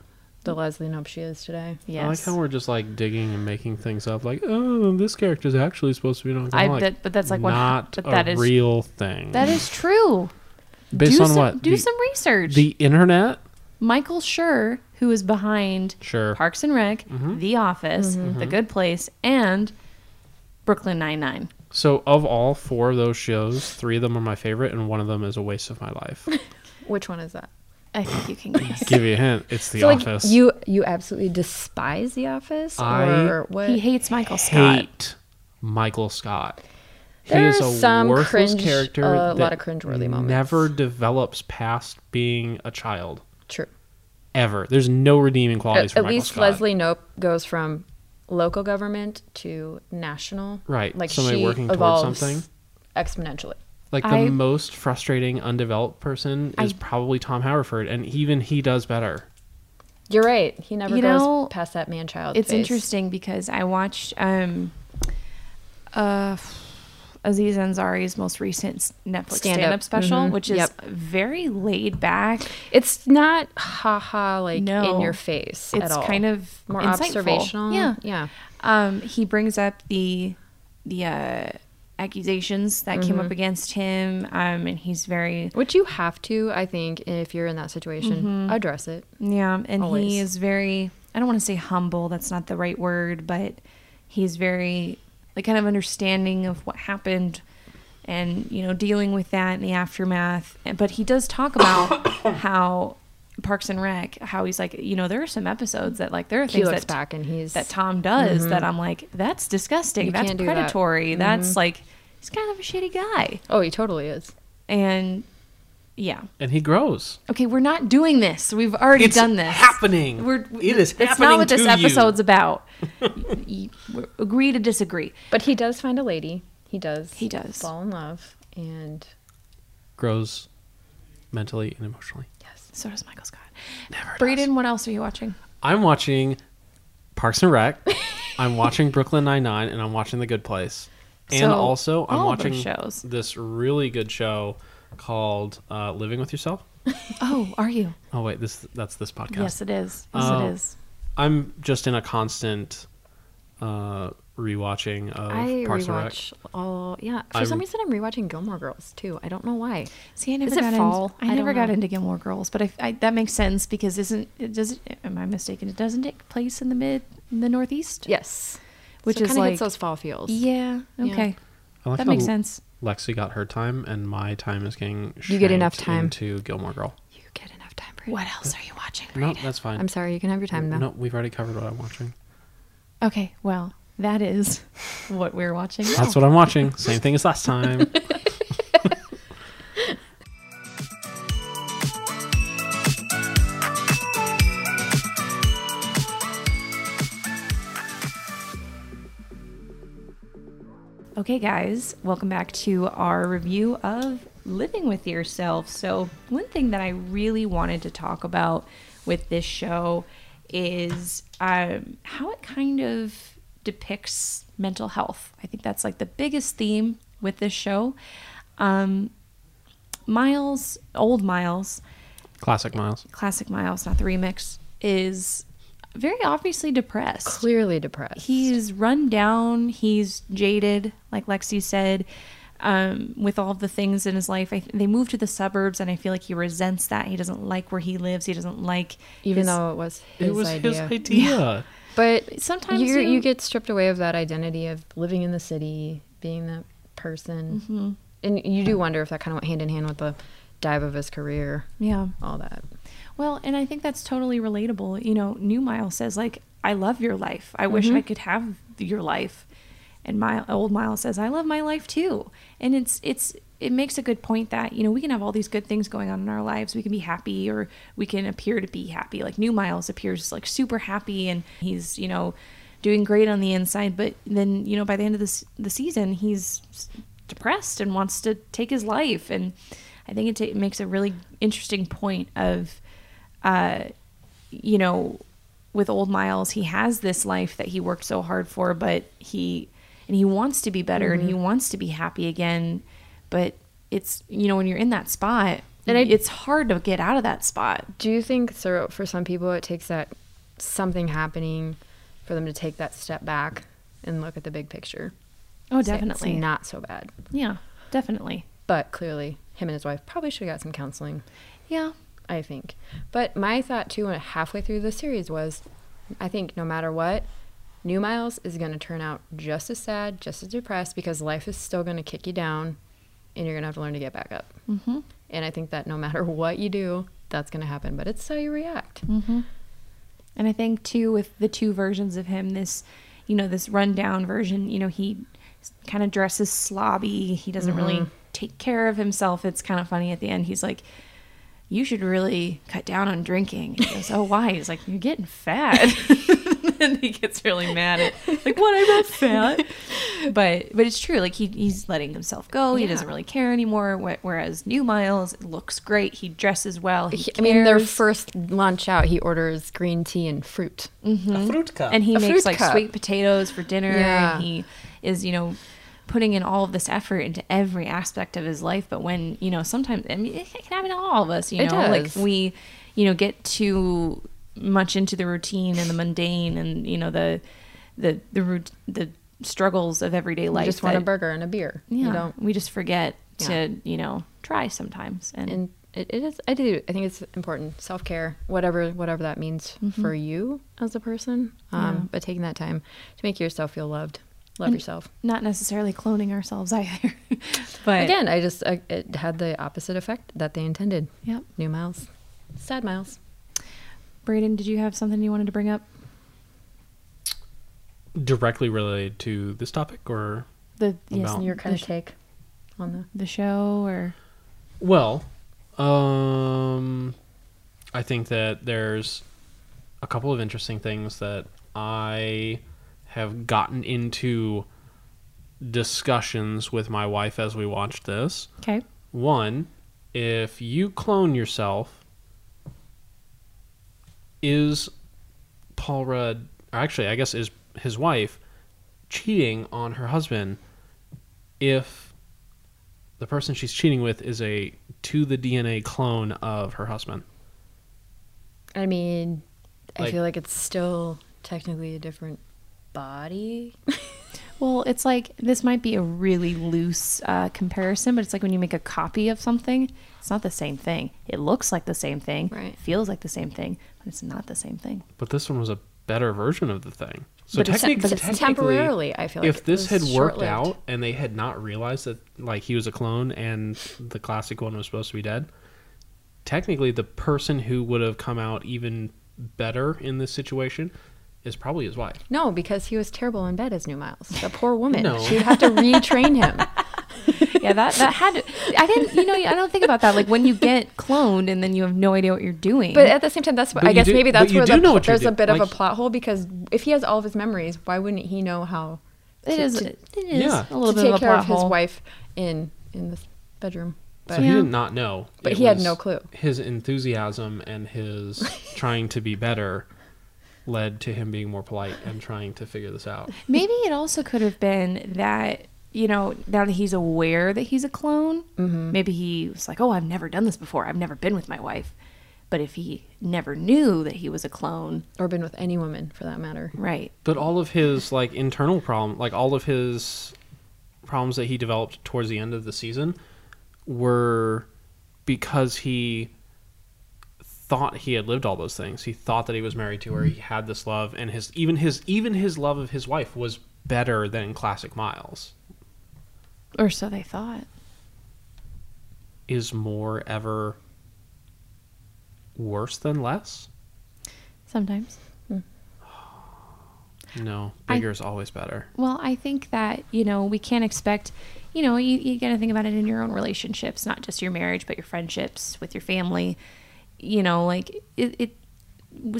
Speaker 1: the Leslie Nope she is today.
Speaker 2: yes.
Speaker 3: I like how we're just like digging and making things up. Like, oh, this character's actually supposed to be an
Speaker 2: I
Speaker 3: alcoholic.
Speaker 2: bet- but that's like one-
Speaker 3: not
Speaker 2: but
Speaker 3: a
Speaker 2: that is-
Speaker 3: real thing.
Speaker 2: That is true.
Speaker 3: based
Speaker 2: do
Speaker 3: on
Speaker 2: some,
Speaker 3: what
Speaker 2: Do
Speaker 3: the,
Speaker 2: some research.
Speaker 3: the internet.
Speaker 2: Michael Schur, who is behind
Speaker 3: Sure.
Speaker 2: Parks and Rec, The Office, The Good Place, and Brooklyn Nine Nine.
Speaker 3: So of all four of those shows, three of them are my favorite, and one of them is a waste of my life.
Speaker 1: Which one is that?
Speaker 2: I think you can guess.
Speaker 3: Give you a hint, it's The
Speaker 1: so like
Speaker 3: Office.
Speaker 1: you, you absolutely despise The Office,
Speaker 3: I
Speaker 1: or what?
Speaker 2: he hates Michael Scott.
Speaker 3: hate Michael Scott.
Speaker 1: There
Speaker 3: he is
Speaker 1: are
Speaker 3: a
Speaker 1: some
Speaker 3: worthless
Speaker 1: cringe- uh,
Speaker 3: character.
Speaker 1: a lot
Speaker 3: that
Speaker 1: of cringeworthy moments.
Speaker 3: Never develops past being a child
Speaker 1: True.
Speaker 3: ever. There's no redeeming
Speaker 1: At,
Speaker 3: qualities for
Speaker 1: at
Speaker 3: Michael
Speaker 1: least
Speaker 3: Scott.
Speaker 1: Leslie Nope goes from local government to national.
Speaker 3: Right,
Speaker 1: Like
Speaker 3: somebody
Speaker 1: she
Speaker 3: working towards
Speaker 1: evolves
Speaker 3: something.
Speaker 1: exponentially.
Speaker 3: Like the
Speaker 2: I-
Speaker 3: most frustrating undeveloped person is
Speaker 2: I-
Speaker 3: probably Tom Haverford, and even he does better.
Speaker 1: You're right. He never
Speaker 2: You
Speaker 1: goes
Speaker 2: know,
Speaker 1: past that man child.
Speaker 2: It's
Speaker 1: phase.
Speaker 2: interesting because I watched um, uh, Aziz Ansari's most recent s- Netflix
Speaker 1: Stand-up.
Speaker 2: stand up special,
Speaker 1: Mhm.
Speaker 2: which is
Speaker 1: Yep.
Speaker 2: very laid back.
Speaker 1: It's not haha like
Speaker 2: No.
Speaker 1: in your face at
Speaker 2: It's
Speaker 1: all.
Speaker 2: kind of
Speaker 1: more
Speaker 2: insightful.
Speaker 1: observational.
Speaker 2: Yeah.
Speaker 1: yeah.
Speaker 2: Um, he brings up the the uh, accusations that came up against him, um, and he's very
Speaker 1: Which you have to, I think, if you're in that situation, address it.
Speaker 2: yeah, and
Speaker 1: Always.
Speaker 2: he is very. I don't want to say humble. That's not the right word, but he's very like kind of understanding of what happened, and you know dealing with that in the aftermath. And- But he does talk about how Parks and Rec, how he's like, you know, there are some episodes that like there are
Speaker 1: He
Speaker 2: things
Speaker 1: looks
Speaker 2: that
Speaker 1: back and he's Mm-hmm.
Speaker 2: that Tom does that I'm like, that's disgusting.
Speaker 1: You
Speaker 2: that's
Speaker 1: can't do that. Mm-hmm.
Speaker 2: predatory. That's like, he's kind of a shitty guy.
Speaker 1: Oh, he totally is.
Speaker 2: And yeah.
Speaker 3: And he grows.
Speaker 2: Okay, we're not doing this. We've already
Speaker 3: It's
Speaker 2: done this.
Speaker 3: happening.
Speaker 2: We're,
Speaker 3: It is
Speaker 2: That's
Speaker 3: happening
Speaker 2: not what this
Speaker 3: to you.
Speaker 2: episode's about. Y- y- agree to disagree.
Speaker 1: But he does find a lady. He does.
Speaker 2: He does.
Speaker 1: fall in love and
Speaker 3: Grows mentally and emotionally.
Speaker 2: So does Michael Scott.
Speaker 3: Never does.
Speaker 2: Braden, what else are you watching?
Speaker 3: I'm watching Parks and Rec. I'm watching Brooklyn Nine Nine, and I'm watching The Good Place. and
Speaker 2: So,
Speaker 3: also, I'm
Speaker 2: all of those
Speaker 3: watching
Speaker 2: shows.
Speaker 3: this really good show called uh, "Living with Yourself."
Speaker 2: Oh, are you?
Speaker 3: Oh wait, this that's this podcast.
Speaker 4: Yes, it is. Yes,
Speaker 3: Oh.
Speaker 4: it is.
Speaker 3: I'm just in a constant uh, rewatching of
Speaker 1: I
Speaker 3: Parks
Speaker 1: rewatch all. Yeah, for
Speaker 3: I
Speaker 1: some
Speaker 3: re-
Speaker 1: reason I'm rewatching Gilmore Girls too. I don't know why.
Speaker 2: See, I never
Speaker 1: Is it
Speaker 2: got in-
Speaker 1: fall?
Speaker 2: I
Speaker 1: I
Speaker 2: never
Speaker 1: don't
Speaker 2: got
Speaker 1: know.
Speaker 2: into Gilmore Girls, but I, I, that makes sense because isn't it doesn't? Am I mistaken? It doesn't take place in the mid in the Northeast.
Speaker 1: Yes,
Speaker 2: Which
Speaker 1: so
Speaker 2: is
Speaker 1: kind of
Speaker 2: like
Speaker 1: hits those fall feels.
Speaker 2: Yeah.
Speaker 1: Yeah.
Speaker 2: Okay.
Speaker 3: and Rec. I like
Speaker 2: That
Speaker 3: how
Speaker 2: makes sense.
Speaker 3: Lexi got her time, and my time is getting.
Speaker 1: You get enough
Speaker 3: shanked
Speaker 1: time.
Speaker 3: into Gilmore Girl.
Speaker 1: You get enough time. Brady.
Speaker 2: What else are you watching?
Speaker 3: No, that's fine.
Speaker 1: I'm sorry, you can have your time though.
Speaker 3: No, we've already covered what I'm watching.
Speaker 2: Okay. Well, that is what we're watching. Now.
Speaker 3: That's what I'm watching. Same thing as last time.
Speaker 2: Okay, guys, welcome back to our review of Living with Yourself. So, one thing that I really wanted to talk about with this show is um, how it kind of depicts mental health. I think that's like the biggest theme with this show. Um, Miles, old Miles,
Speaker 3: Classic Miles.
Speaker 2: classic Miles, not the remix, is very obviously depressed
Speaker 1: Clearly depressed.
Speaker 2: he's run down he's jaded like lexi said um, with all of the things in his life I, they moved to the suburbs and i feel like he resents that he doesn't like where he lives he doesn't like
Speaker 1: even
Speaker 2: his-
Speaker 1: though it was his
Speaker 3: it was
Speaker 1: idea.
Speaker 3: his idea.
Speaker 1: But
Speaker 2: Sometimes
Speaker 1: sometimes you
Speaker 2: you-
Speaker 1: you get stripped away of that identity of living in the city, being that person, and you do wonder if that kind of went hand in hand with the dive of his career,
Speaker 2: yeah
Speaker 1: all that.
Speaker 2: well and i think that's totally relatable you know new miles says like i love your life i wish i could have your life and my old miles says i love my life too and it's it's it makes a good point that you know we can have all these good things going on in our lives we can be happy or we can appear to be happy like new miles appears like super happy and he's you know doing great on the inside but then you know by the end of this the season he's depressed and wants to take his life and i think it ta- makes a really interesting point of uh you know, with old Miles, he has this life that he worked so hard for, but he and he wants to be better and he wants to be happy again, but it's you know when you're in that spot and it's hard to get out of that spot.
Speaker 1: Do you think so? For some people, it takes that something happening for them to take that step back and look at the big picture.
Speaker 2: Oh,
Speaker 1: Say It's not so bad,
Speaker 2: Yeah, definitely.
Speaker 1: but clearly, him and his wife probably should have got some counseling.
Speaker 2: Yeah.
Speaker 1: I think. But my thought too, when halfway through the series, was I think no matter what, New Miles is going to turn out just as sad, just as depressed, because life is still going to kick you down and you're going to have to learn to get back up. Mm-hmm. And I think that no matter what you do, that's going to happen. But it's how you react.
Speaker 2: And I think too with the two versions of him, this you know this rundown version, you know he kind of dresses slobby. He doesn't
Speaker 1: Mm-hmm.
Speaker 2: really take care of himself. It's kind of funny at the end. He's like, "You should really cut down on drinking." He goes, "Oh, why?" He's like, "You're getting fat." then he gets really mad at like what I wrote fat. But but it's true. Like he, he's letting himself go. He doesn't really care anymore. wh- Whereas New Miles looks great. He dresses well. He
Speaker 1: He- I mean, their
Speaker 2: cares.
Speaker 1: first lunch out, he orders green tea and fruit.
Speaker 5: A fruit cup.
Speaker 2: and he
Speaker 1: A
Speaker 2: makes
Speaker 1: fruit
Speaker 2: like
Speaker 1: cup.
Speaker 2: sweet potatoes for dinner
Speaker 1: Yeah.
Speaker 2: and he is you know putting in all of this effort into every aspect of his life but when you know sometimes i mean it can happen to all of us you
Speaker 1: It
Speaker 2: know
Speaker 1: does.
Speaker 2: like we you know get too much into the routine and the mundane and you know the the the root the struggles of everyday
Speaker 1: You
Speaker 2: life
Speaker 1: just want a
Speaker 2: that-
Speaker 1: burger and a beer.
Speaker 2: yeah
Speaker 1: You don't.
Speaker 2: we just forget
Speaker 1: Yeah.
Speaker 2: to you know try sometimes and,
Speaker 1: And it, it is. I do. I think it's important. Self care, whatever whatever that means for you as a person. Um, But taking that time to make yourself feel loved, love yourself.
Speaker 2: not necessarily cloning ourselves either but
Speaker 1: Again, I just I, it had the opposite effect that they intended.
Speaker 2: Yep.
Speaker 1: New miles, sad miles.
Speaker 2: braden did you have something you wanted to bring up
Speaker 3: Directly related to this topic, or
Speaker 2: the yes
Speaker 3: About-
Speaker 2: the-
Speaker 1: Your kind
Speaker 2: the-
Speaker 1: of take on the
Speaker 2: the show or
Speaker 3: well, um, I think that there's a couple of interesting things that I have gotten into discussions with my wife as we watched this.
Speaker 2: okay
Speaker 3: One, if you clone yourself, is Paul Rudd, or actually, I guess, is his wife cheating on her husband if the person she's cheating with is a to the DNA clone of her husband?
Speaker 1: I mean, I
Speaker 3: Like-
Speaker 1: feel like it's still technically a different body.
Speaker 2: well it's like this might be a really loose uh, comparison but it's like when you make a copy of something it's not the same thing it looks like the same thing
Speaker 1: Right.
Speaker 2: it feels like the same thing but it's not the same thing
Speaker 3: But this one was a better version of the thing. So
Speaker 1: But it's-
Speaker 3: technic-
Speaker 1: but it's
Speaker 3: technically,
Speaker 1: temporarily, I feel like
Speaker 3: if
Speaker 1: it
Speaker 3: this had
Speaker 1: was
Speaker 3: worked
Speaker 1: short-lived.
Speaker 3: out and they had not realized that like he was a clone and the classic one was supposed to be dead, technically the person who would have come out even better in this situation is probably his wife.
Speaker 1: No, because he was terrible in bed as New Miles. The poor woman.
Speaker 3: No.
Speaker 1: She had to retrain him.
Speaker 2: yeah that that had i didn't you know i don't think about that like when you get cloned and then you have no idea what you're doing
Speaker 1: But uh, at the same time, that's what
Speaker 3: Mm-hmm. But
Speaker 1: I
Speaker 3: you
Speaker 1: guess
Speaker 3: do-
Speaker 1: maybe
Speaker 3: but
Speaker 1: that's
Speaker 3: you
Speaker 1: where
Speaker 3: do
Speaker 1: the,
Speaker 3: know what you're
Speaker 1: there's a
Speaker 3: do-
Speaker 1: bit of
Speaker 3: like-
Speaker 1: a plot hole because if he has all of his memories, why wouldn't he know how
Speaker 2: it
Speaker 1: to-
Speaker 2: is
Speaker 1: to,
Speaker 2: it is
Speaker 3: Yeah.
Speaker 2: a little
Speaker 1: to
Speaker 2: bit
Speaker 1: take
Speaker 2: of a
Speaker 1: care
Speaker 2: plot
Speaker 1: of his
Speaker 2: hole.
Speaker 1: wife in in this bedroom? But
Speaker 3: so he
Speaker 2: Yeah.
Speaker 3: did not know.
Speaker 1: But
Speaker 3: It
Speaker 1: he had
Speaker 3: was
Speaker 1: no clue.
Speaker 3: His enthusiasm and his trying to be better led to him being more polite and trying to figure this out.
Speaker 2: Maybe it also could have been that, you know, now that he's aware that he's a clone, maybe he was like, oh, I've never done this before. I've never been with my wife. But if he never knew that he was a clone,
Speaker 1: or been with any woman for that matter.
Speaker 2: right.
Speaker 3: But all of his like internal problem, like all of his problems that he developed towards the end of the season were because he thought he had lived all those things. He thought that he was married to her. He had this love and his even his even his love of his wife was better than classic Miles.
Speaker 2: Or so they thought.
Speaker 3: Is more ever worse than less?
Speaker 2: Sometimes.
Speaker 3: No,
Speaker 2: I-
Speaker 3: bigger is always better.
Speaker 2: Well, I think that, you know, we can't expect, you know, you, you got to think about it in your own relationships, not just your marriage, but your friendships with your family. You know, like it, it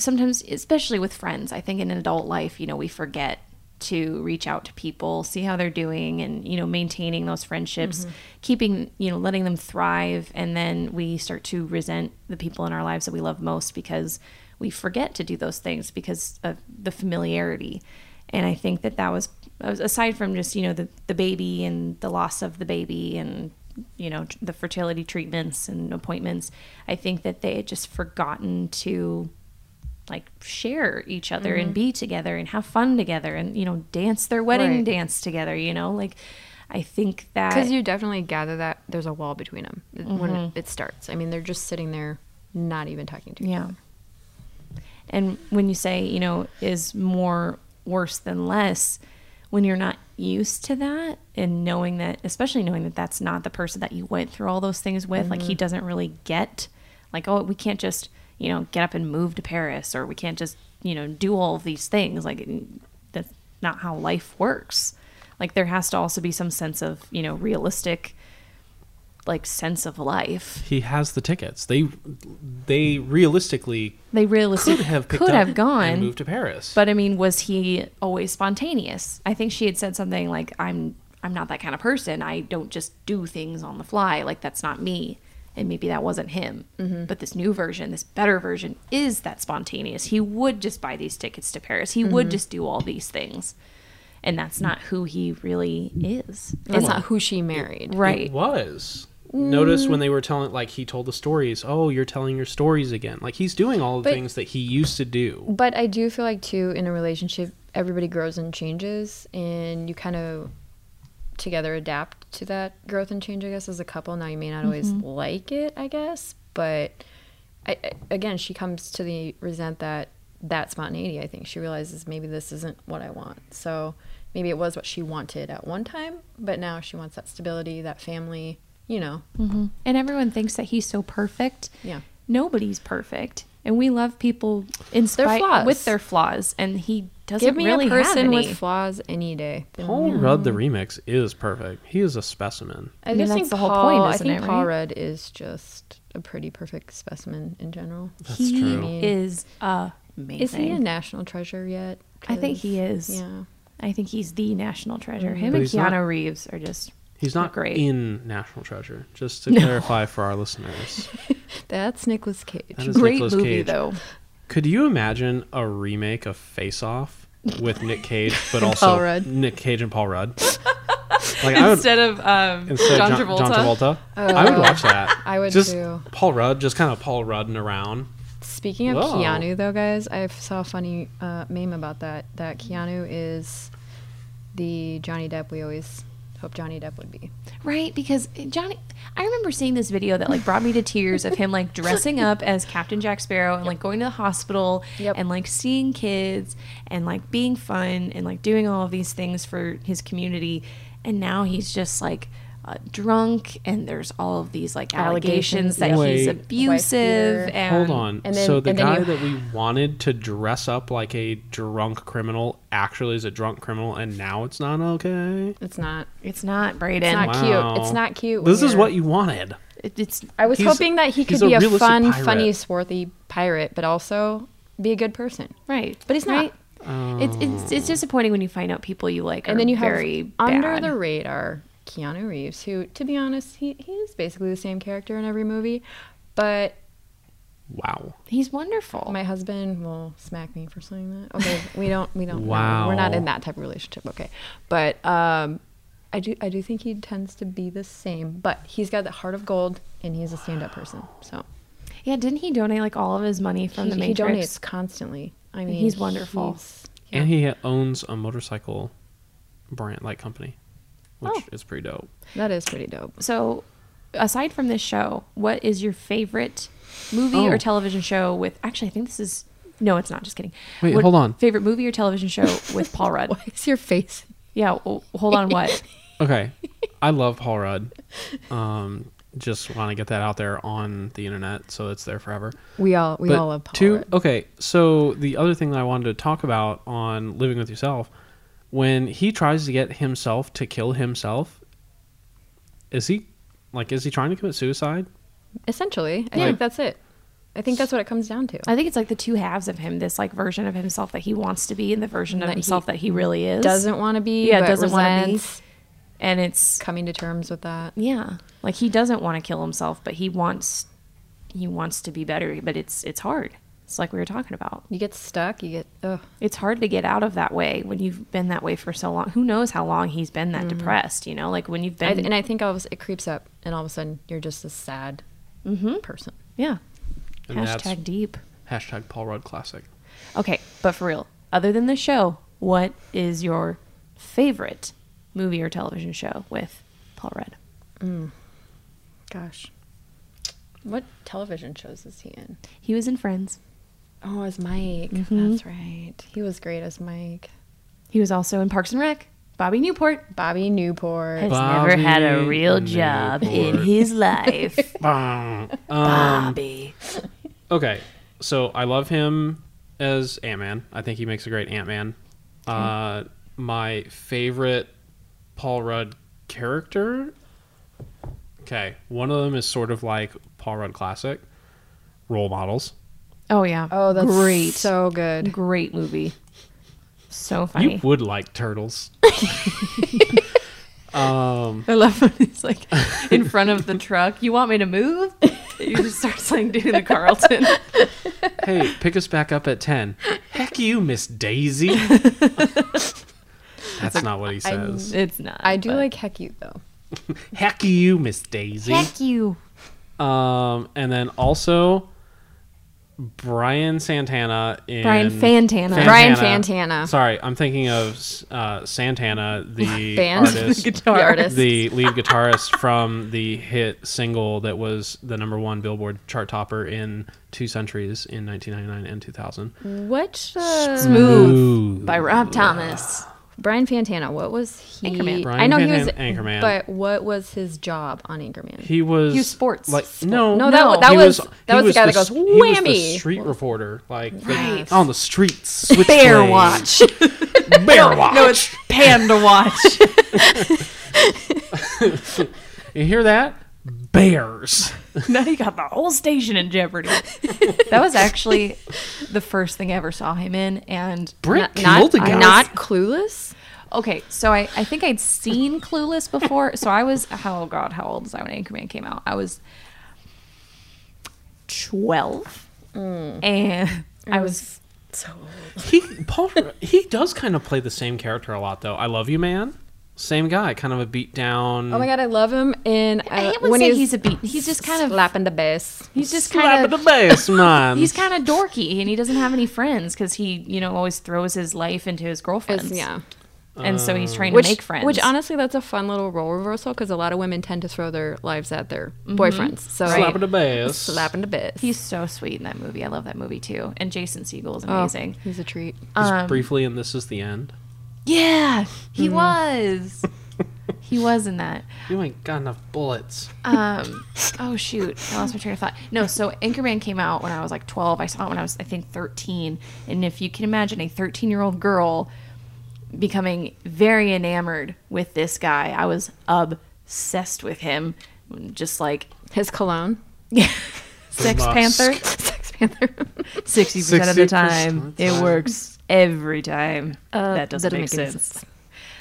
Speaker 2: sometimes, especially with friends, I think in adult life, you know, we forget to reach out to people, see how they're doing, and, you know, maintaining those friendships, keeping, you know, letting them thrive. And then we start to resent the people in our lives that we love most because we forget to do those things because of the familiarity and I think that that was uh, aside from just you know the the baby and the loss of the baby and you know tr- the fertility treatments and appointments. I think that they had just forgotten to like share each other
Speaker 1: Mm-hmm.
Speaker 2: and be together and have fun together and you know dance their wedding
Speaker 1: Right.
Speaker 2: dance together. You know, like I think that
Speaker 1: Because you definitely gather that there's a wall between them when
Speaker 3: Mm-hmm.
Speaker 1: it starts. I mean, they're just sitting there, not even talking to each
Speaker 2: Yeah. And when you say, you know, is more worse than less, when you're not used to that and knowing that, especially knowing that that's not the person that you went through all those things with, like
Speaker 3: Mm-hmm.
Speaker 2: he doesn't really get, like, oh, we can't just, you know, get up and move to Paris or we can't just, you know, do all of these things. Like, it- that's not how life works. Like, there has to also be some sense of, you know, realistic like sense of life.
Speaker 3: He has the tickets. They they realistically
Speaker 2: They realistically
Speaker 3: could have picked
Speaker 2: could
Speaker 3: up
Speaker 2: have gone
Speaker 3: and moved to Paris.
Speaker 2: But I mean, was he always spontaneous? I think she had said something like, "I'm I'm not that kind of person. I don't just do things on the fly. Like that's not me." And maybe that wasn't him.
Speaker 1: Mm-hmm.
Speaker 2: But this new version, this better version, is that spontaneous. He would just buy these tickets to Paris. He
Speaker 1: Mm-hmm.
Speaker 2: would just do all these things. And that's not who he really is.
Speaker 1: That's not who she married.
Speaker 2: Right.
Speaker 3: it was. Notice when they were telling, like he told the stories. Oh, you're telling your stories again. Like he's doing all the
Speaker 1: But-
Speaker 3: things that he used to do.
Speaker 1: But I do feel like too in a relationship, everybody grows and changes, and you kind of together adapt to that growth and change. I guess as a couple, now you may not always
Speaker 2: Mm-hmm.
Speaker 1: like it. I guess, but I, I- again, she comes to the resent that that spontaneity. I think she realizes maybe this isn't what I want. So maybe it was what she wanted at one time, but now she wants that stability, that family. You know,
Speaker 2: And everyone thinks that he's so perfect.
Speaker 1: Yeah.
Speaker 2: Nobody's perfect. And we love people in
Speaker 1: Their
Speaker 2: spite
Speaker 1: flaws.
Speaker 2: with their flaws. And he doesn't
Speaker 1: give me
Speaker 2: really
Speaker 1: a
Speaker 2: have
Speaker 1: person
Speaker 2: any.
Speaker 1: with flaws any day.
Speaker 3: Paul Rudd the remix is perfect. He is a specimen.
Speaker 1: I,
Speaker 2: I mean,
Speaker 1: just
Speaker 2: that's
Speaker 1: think
Speaker 2: the whole
Speaker 1: Paul,
Speaker 2: point,
Speaker 1: I
Speaker 2: isn't
Speaker 1: think
Speaker 2: it,
Speaker 1: Paul
Speaker 2: right?
Speaker 1: Rudd is just a pretty perfect specimen in general.
Speaker 3: That's
Speaker 2: he
Speaker 3: true.
Speaker 2: is amazing.
Speaker 1: Is he a national treasure yet?
Speaker 2: I think he
Speaker 1: 'Cause-
Speaker 2: is.
Speaker 1: Yeah.
Speaker 2: I think he's the national treasure. Him
Speaker 3: But
Speaker 2: and
Speaker 3: he's
Speaker 2: Keanu
Speaker 3: not-
Speaker 2: Reeves are just
Speaker 3: He's
Speaker 2: they're
Speaker 3: not
Speaker 2: great.
Speaker 3: in National Treasure. Just to clarify for our listeners,
Speaker 1: That's Nicolas Cage.
Speaker 3: that is
Speaker 2: great
Speaker 3: Nicolas
Speaker 2: movie
Speaker 3: Cage.
Speaker 2: though.
Speaker 3: Could you imagine a remake of Face Off with Nick Cage, but also
Speaker 1: Paul Rudd.
Speaker 3: Nick Cage and Paul Rudd? Like I would,
Speaker 2: Instead of um,
Speaker 3: instead
Speaker 2: John,
Speaker 3: of
Speaker 2: Travolta.
Speaker 3: John, Travolta, I would watch that.
Speaker 1: Oh. I would
Speaker 3: just
Speaker 1: too.
Speaker 3: Paul Rudd, just kind of Paul Rudding around.
Speaker 1: Speaking of
Speaker 3: Whoa.
Speaker 1: Keanu, though, guys, I saw a funny uh, meme about that. That Keanu is the Johnny Depp we always hope Johnny Depp would be.
Speaker 2: right? Because eh, Johnny, I remember seeing this video that like brought me to tears of him like dressing up as Captain Jack Sparrow and like going to the hospital
Speaker 1: Yep.
Speaker 2: and like seeing kids and like being fun and like doing all of these things for his community, and now he's just like. Uh, drunk and there's all of these like
Speaker 1: Allegations,
Speaker 2: allegations, that
Speaker 3: yeah.
Speaker 2: he's
Speaker 3: Wait.
Speaker 2: abusive
Speaker 1: Wife beater.
Speaker 2: and
Speaker 3: Hold on.
Speaker 1: and then-
Speaker 3: so the
Speaker 1: and then
Speaker 3: guy
Speaker 1: you-
Speaker 3: that we wanted to dress up like a drunk criminal actually is a drunk criminal, and now it's not okay.
Speaker 1: It's not.
Speaker 2: It's not Braden.
Speaker 1: It's not
Speaker 3: Wow.
Speaker 1: cute. It's not cute. when
Speaker 3: This is
Speaker 1: you're-
Speaker 3: what you wanted.
Speaker 2: It- it's
Speaker 1: I was
Speaker 3: he's-
Speaker 1: hoping that he
Speaker 3: he's
Speaker 1: could
Speaker 3: a
Speaker 1: be a,
Speaker 3: realistic
Speaker 1: fun,
Speaker 3: pirate.
Speaker 1: funny, swarthy pirate, but also be a good person.
Speaker 2: right,
Speaker 1: But he's not.
Speaker 2: Right? It's, it's
Speaker 3: Oh.
Speaker 2: it's disappointing when you find out people you like,
Speaker 1: and then you have
Speaker 2: very
Speaker 1: under
Speaker 2: bad.
Speaker 1: the radar Keanu Reeves, who, to be honest, he, he is basically the same character in every movie. But
Speaker 3: Wow.
Speaker 2: He's wonderful.
Speaker 1: my husband will smack me for saying that. Okay, we don't we don't. know.
Speaker 3: Wow.
Speaker 1: we're not in that type of relationship. Okay, but um, I do I do think he tends to be the same. But he's got the heart of gold, and he's a stand up person. So
Speaker 2: yeah, didn't he donate like all of his money from
Speaker 1: he,
Speaker 2: the
Speaker 1: he
Speaker 2: Matrix?
Speaker 1: donates constantly. I mean,
Speaker 2: He's wonderful.
Speaker 1: he's-
Speaker 3: And he owns a motorcycle brand, like company, which
Speaker 2: Oh.
Speaker 3: is pretty dope.
Speaker 1: that is pretty dope.
Speaker 2: So, aside from this show, what is your favorite movie
Speaker 3: Oh.
Speaker 2: or television show with? Actually, I think this is. No, it's not. Just kidding.
Speaker 3: Wait,
Speaker 2: What-
Speaker 3: hold on.
Speaker 2: Favorite movie or television show with Paul Rudd?
Speaker 1: Why is your face?
Speaker 2: yeah, well, hold on. What?
Speaker 3: Okay. I love Paul Rudd. Um, just want to get that out there on the internet so it's there forever.
Speaker 1: We all we
Speaker 3: But
Speaker 1: all love Paul.
Speaker 3: two-
Speaker 1: Rudd.
Speaker 3: Okay, so the other thing that I wanted to talk about on Living with Yourself, when he tries to get himself to kill himself, is he like is he trying to commit suicide?
Speaker 1: Essentially, I
Speaker 3: Yeah.
Speaker 1: think that's it. I think that's what it comes down to.
Speaker 2: I think it's like the two halves of him. This like version of himself that he wants to be, and the version of
Speaker 1: That he
Speaker 2: himself that he really is.
Speaker 1: doesn't want to be.
Speaker 2: Yeah,
Speaker 1: but
Speaker 2: doesn't want to be.
Speaker 1: resents
Speaker 2: And it's
Speaker 1: Coming to terms with that.
Speaker 2: yeah, like he doesn't want to kill himself, but he wants he wants to be better. But it's it's hard. It's like we were talking about.
Speaker 1: You get stuck. You get. Ugh.
Speaker 2: it's hard to get out of that way when you've been that way for so long. Who knows how long he's been that depressed, you know? Like when you've
Speaker 1: I,
Speaker 2: been
Speaker 1: and I think all of a, it creeps up, and all of a sudden you're just a sad
Speaker 2: Mm-hmm.
Speaker 1: person.
Speaker 2: yeah.
Speaker 3: And that's
Speaker 2: Hashtag deep.
Speaker 3: hashtag Paul Rudd classic.
Speaker 2: Okay, but for real, other than the show, what is your favorite movie or television show with Paul Rudd?
Speaker 1: Gosh, what television shows is he in?
Speaker 2: He was in Friends.
Speaker 1: Oh, as Mike.
Speaker 2: Mm-hmm.
Speaker 1: That's right. He was great as Mike.
Speaker 2: He was also in Parks and Rec. Bobby Newport
Speaker 1: Bobby Newport.
Speaker 2: has never had a
Speaker 3: Bobby
Speaker 2: real job in
Speaker 3: Newport.
Speaker 2: his life.
Speaker 3: Bang.
Speaker 2: Bobby.
Speaker 3: Okay, so I love him as Ant Man. I think he makes a great Ant Man. Uh, my favorite Paul Rudd character Okay, one of them is sort of like Paul Rudd classic, role models.
Speaker 2: Oh yeah.
Speaker 1: Oh, that's
Speaker 2: great.
Speaker 1: So good.
Speaker 2: great movie. So funny.
Speaker 3: You would like turtles. um,
Speaker 2: I love when he's like in front of the truck. You want me to move? He just starts like doing the Carlton.
Speaker 3: hey, pick us back up at ten. Heck you, Miss Daisy. That's not what he says.
Speaker 2: It's not.
Speaker 1: I do
Speaker 2: but-
Speaker 1: like Heck You though.
Speaker 3: Heck you, Miss Daisy.
Speaker 2: you.
Speaker 3: Um, and then also Brian Santana in
Speaker 2: Brian Fantana.
Speaker 1: Brian Fantana.
Speaker 3: Sorry, I'm thinking of uh, Santana, the
Speaker 1: Band?
Speaker 3: artist,
Speaker 2: The guitar.
Speaker 1: The artist.
Speaker 3: the lead guitarist from the hit single that was the number one Billboard chart topper in two centuries in 1999 and 2000.
Speaker 1: Mm. What uh,
Speaker 3: Smooth.
Speaker 2: by Rob Thomas.
Speaker 1: Brian Fantana? What was he?
Speaker 2: Anchorman.
Speaker 1: I
Speaker 3: Brian
Speaker 1: know he was
Speaker 3: Fantana, Anchorman.
Speaker 1: but what was his job on Anchorman?
Speaker 3: He was
Speaker 2: He was sports.
Speaker 3: Like no,
Speaker 1: No, that- that
Speaker 3: he
Speaker 1: was- that
Speaker 3: he
Speaker 1: was the guy that goes,
Speaker 3: he was the
Speaker 1: "Whammy."
Speaker 3: street reporter, like the-
Speaker 1: Right.
Speaker 3: on the streets, switch
Speaker 2: Bear
Speaker 3: lanes.
Speaker 2: watch.
Speaker 3: bear watch.
Speaker 2: No, it's panda watch.
Speaker 3: You hear that? Bears.
Speaker 2: now you got the whole station in jeopardy. that was actually the first thing I ever saw him in, and
Speaker 3: Brett
Speaker 1: not,
Speaker 3: killed a guy.
Speaker 1: not clueless.
Speaker 2: Okay, so I, I think I'd seen Clueless before. So I was oh god, how old was I when Anchorman came out? I was twelve, Mm. and I was uh,
Speaker 1: So
Speaker 3: he Paul he does kind of play the same character a lot though. I love you, man. Same guy, kind of a beat down.
Speaker 1: Oh my god, I love him. And uh,
Speaker 2: I wouldn't
Speaker 1: when
Speaker 2: say
Speaker 1: he's,
Speaker 2: he's a beat- he's just kind of-
Speaker 1: slapping the bass.
Speaker 2: he's just kind of
Speaker 3: the bass, man.
Speaker 2: he's kind of dorky, and he doesn't have any friends because he you know always throws his life into his girlfriends.
Speaker 1: It's- yeah,
Speaker 2: and so he's trying
Speaker 1: which
Speaker 2: to make friends.
Speaker 1: Which honestly, that's a fun little role reversal because a lot of women tend to throw their lives at their boyfriends. So
Speaker 3: slapping the bass.
Speaker 1: slapping the bass.
Speaker 2: Mm-hmm. he's so sweet in that movie. I love that movie too. And Jason Segel is amazing.
Speaker 1: Oh, He's a treat.
Speaker 3: He's
Speaker 2: Um,
Speaker 3: briefly and this is the end.
Speaker 2: Yeah, he was. he was in that.
Speaker 3: You ain't got enough bullets.
Speaker 2: Um, oh shoot, I lost my train of thought. No, so Anchorman came out when I was like 12. I saw it when I was, I think, 13. And if you can imagine a 13 year old girl becoming very enamored with this guy, I was obsessed with him. Just like
Speaker 1: His cologne,
Speaker 2: Sex
Speaker 3: Musk.
Speaker 2: Panther,
Speaker 1: Sex Panther.
Speaker 2: 60% of the
Speaker 3: 60%
Speaker 2: time,
Speaker 3: of the
Speaker 2: it
Speaker 3: time.
Speaker 2: works every time. Uh, that doesn't
Speaker 1: that'll
Speaker 2: make,
Speaker 1: make any
Speaker 2: sense.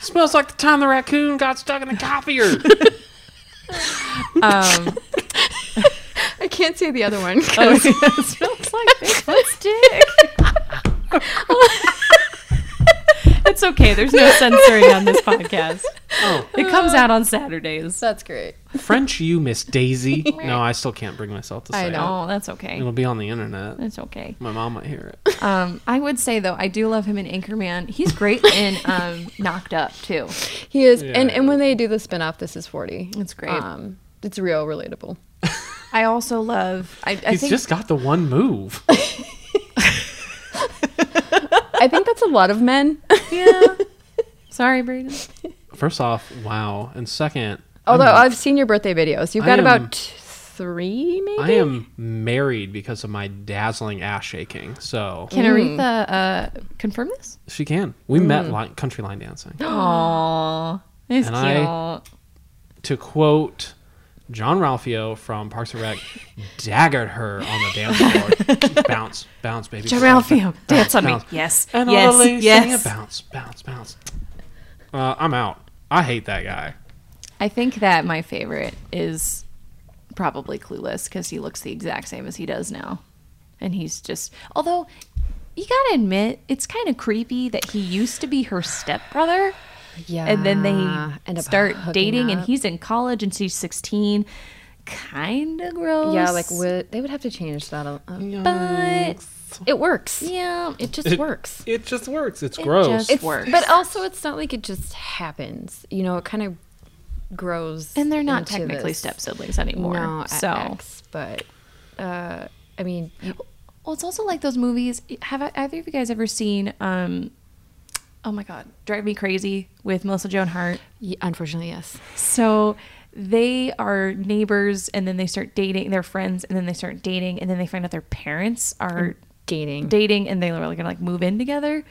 Speaker 3: Smells like the time the raccoon got stuck in the copier.
Speaker 2: Um,
Speaker 1: I can't say the other one.
Speaker 2: Oh, it smells like Bigfoot's dick. it's okay. There's no censoring on this podcast.
Speaker 3: oh,
Speaker 2: It comes out on Saturdays.
Speaker 1: That's great.
Speaker 3: French you, Miss Daisy. No, I still can't bring myself to say
Speaker 1: I
Speaker 3: it.
Speaker 1: know.
Speaker 2: Oh, that's okay.
Speaker 3: It'll be on the internet.
Speaker 2: That's okay.
Speaker 3: My mom might hear it.
Speaker 2: Um, I would say though, I do love him in Anchorman. He's great in um, Knocked Up too.
Speaker 1: He is, and
Speaker 3: Yeah.
Speaker 1: and when they do the spin off, this is forty.
Speaker 2: That's great.
Speaker 1: Um, it's real relatable.
Speaker 2: I also love. I, I
Speaker 3: He's
Speaker 2: think
Speaker 3: just got the one move.
Speaker 1: I think that's a lot of men.
Speaker 2: yeah. Sorry, Braden.
Speaker 3: First off, wow, and second,
Speaker 1: Although
Speaker 3: I'm-
Speaker 1: i have seen your birthday videos, you've
Speaker 3: I
Speaker 1: got
Speaker 3: am-
Speaker 1: about t- three, maybe.
Speaker 3: I am married because of my dazzling ass shaking. So
Speaker 2: Can Aretha uh, confirm this?
Speaker 3: she can.
Speaker 2: Mm.
Speaker 3: We met line, country line dancing.
Speaker 2: Aww, it's
Speaker 3: And
Speaker 2: cute.
Speaker 3: I- to quote John Ralphio from Parks and Rec, daggered her on the dance floor. bounce, bounce, baby.
Speaker 2: John
Speaker 3: bounce,
Speaker 2: Ralphio,
Speaker 3: bounce,
Speaker 2: dance on me.
Speaker 3: bounce.
Speaker 2: Yes,
Speaker 3: And all the
Speaker 2: yes,
Speaker 3: ladies
Speaker 2: yes.
Speaker 3: singing, bounce, bounce, bounce. Uh, I'm out. I hate that guy.
Speaker 2: I think that my favorite is probably Clueless because he looks the exact same as he does now. And he's just, although you gotta admit, it's kind of creepy that he used to be her stepbrother.
Speaker 1: Yeah.
Speaker 2: And then
Speaker 1: end
Speaker 2: they
Speaker 1: up
Speaker 2: start
Speaker 1: hooking
Speaker 2: dating, and
Speaker 1: up.
Speaker 2: he's in college and she's 16. Kind of gross.
Speaker 1: Yeah, like wi- they would have to change that. A, a-
Speaker 2: But
Speaker 1: it works.
Speaker 2: yeah, it just
Speaker 1: It works.
Speaker 3: It just works. It's
Speaker 2: It
Speaker 3: gross.
Speaker 2: just-
Speaker 1: It's,
Speaker 2: works.
Speaker 1: But also, it's not like it just happens. You know, it kind of grows.
Speaker 2: And they're not
Speaker 1: into
Speaker 2: technically
Speaker 1: this.
Speaker 2: step siblings anymore.
Speaker 1: No, at
Speaker 2: so
Speaker 1: X, but uh, I mean, you-
Speaker 2: Well, it's also like those movies. Have I, either of you guys ever seen? Um, oh my God, Drive Me Crazy with Melissa Joan Hart.
Speaker 1: y- unfortunately, yes.
Speaker 2: So they are neighbors, and then they start dating. They're friends, and then they start dating, and then they find out their parents are
Speaker 1: Dating.
Speaker 2: dating, and they were like, gonna like move Mm. in together.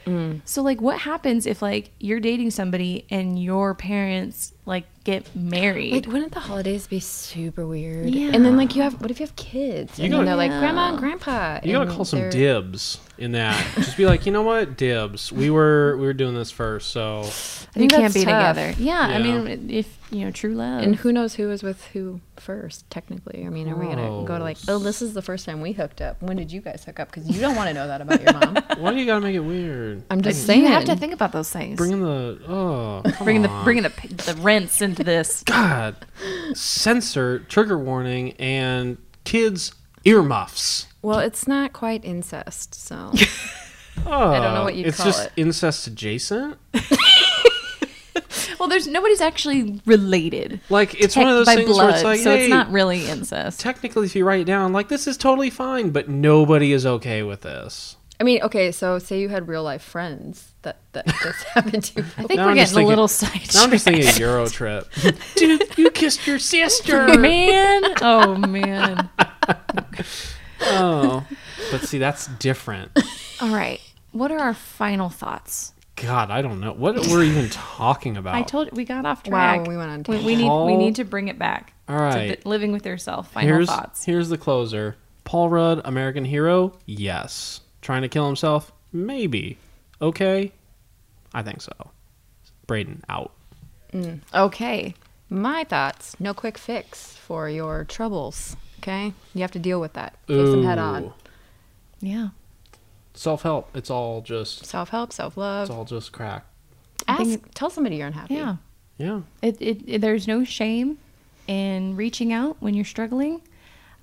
Speaker 2: So like, what happens if like you're dating somebody and your parents like get married.
Speaker 1: Like, wouldn't the holidays be super weird?
Speaker 2: Yeah.
Speaker 1: And then, like, you have what if you have kids?
Speaker 3: You
Speaker 1: and then
Speaker 3: gotta-
Speaker 1: they're like, Grandma and Grandpa.
Speaker 3: You gotta
Speaker 1: and
Speaker 3: call some
Speaker 1: they're-
Speaker 3: dibs in that. Just be like, you know what, dibs. We were we were doing this first, so
Speaker 1: I think
Speaker 2: you
Speaker 1: that's
Speaker 2: can't be
Speaker 1: tough.
Speaker 2: together. Yeah, I
Speaker 3: Yeah.
Speaker 2: mean, if you know, true love.
Speaker 1: And who knows who was with who first, technically. I mean, are we gonna go to like, oh, this is the first time we hooked up. When did you guys hook up? Because you don't want to know that about your mom.
Speaker 3: why do you gotta make it weird?
Speaker 1: I'm just saying.
Speaker 2: you have to think about those things.
Speaker 3: Bringing the oh, come
Speaker 2: bringing the
Speaker 3: on.
Speaker 2: bringing the p- the rents into this.
Speaker 3: God, censor, trigger warning, and kids earmuffs.
Speaker 1: Well, it's not quite incest, so
Speaker 3: Oh,
Speaker 1: don't know what you'd
Speaker 3: it's
Speaker 1: call
Speaker 3: just
Speaker 1: it.
Speaker 3: incest adjacent.
Speaker 2: Well, there's nobody's actually related.
Speaker 3: Like it's one of those
Speaker 2: by
Speaker 3: things
Speaker 2: blood,
Speaker 3: where it's like,
Speaker 2: so
Speaker 3: hey,
Speaker 2: it's not really incest.
Speaker 3: technically, if you write it down, like this is totally fine, but nobody is okay with this.
Speaker 1: I mean, okay. So, say you had real life friends that that this happened to.
Speaker 2: I think
Speaker 3: Now
Speaker 2: we're
Speaker 3: I'm just
Speaker 2: getting a
Speaker 3: thinking-
Speaker 2: little side.
Speaker 3: Now I'm just thinking of Euro trip. Dude, you kissed your sister.
Speaker 2: man. Oh man.
Speaker 3: oh, but see, that's different.
Speaker 2: All right. What are our final thoughts?
Speaker 3: God, I don't know what we're even talking about.
Speaker 2: I told we got off
Speaker 1: Wow,
Speaker 2: track.
Speaker 1: we went on
Speaker 2: We, we need we
Speaker 3: Paul-
Speaker 2: need to bring it back.
Speaker 3: All
Speaker 2: to
Speaker 3: right.
Speaker 2: the- living with yourself. Final
Speaker 3: here's
Speaker 2: thoughts.
Speaker 3: here's the closer. Paul Rudd, American hero. Yes. Trying to kill himself. Maybe. Okay. I think so. Braden out.
Speaker 1: Okay. My thoughts. No quick fix for your troubles. Okay, you have to deal with that. Face them head on.
Speaker 2: Yeah.
Speaker 3: Self help. It's all just.
Speaker 1: Self help, self
Speaker 3: It's
Speaker 1: love.
Speaker 3: all just crack.
Speaker 1: Ask.
Speaker 2: think-
Speaker 1: tell somebody you're unhappy.
Speaker 2: Yeah.
Speaker 3: Yeah.
Speaker 2: It, it, it- there's no shame in reaching out when you're struggling.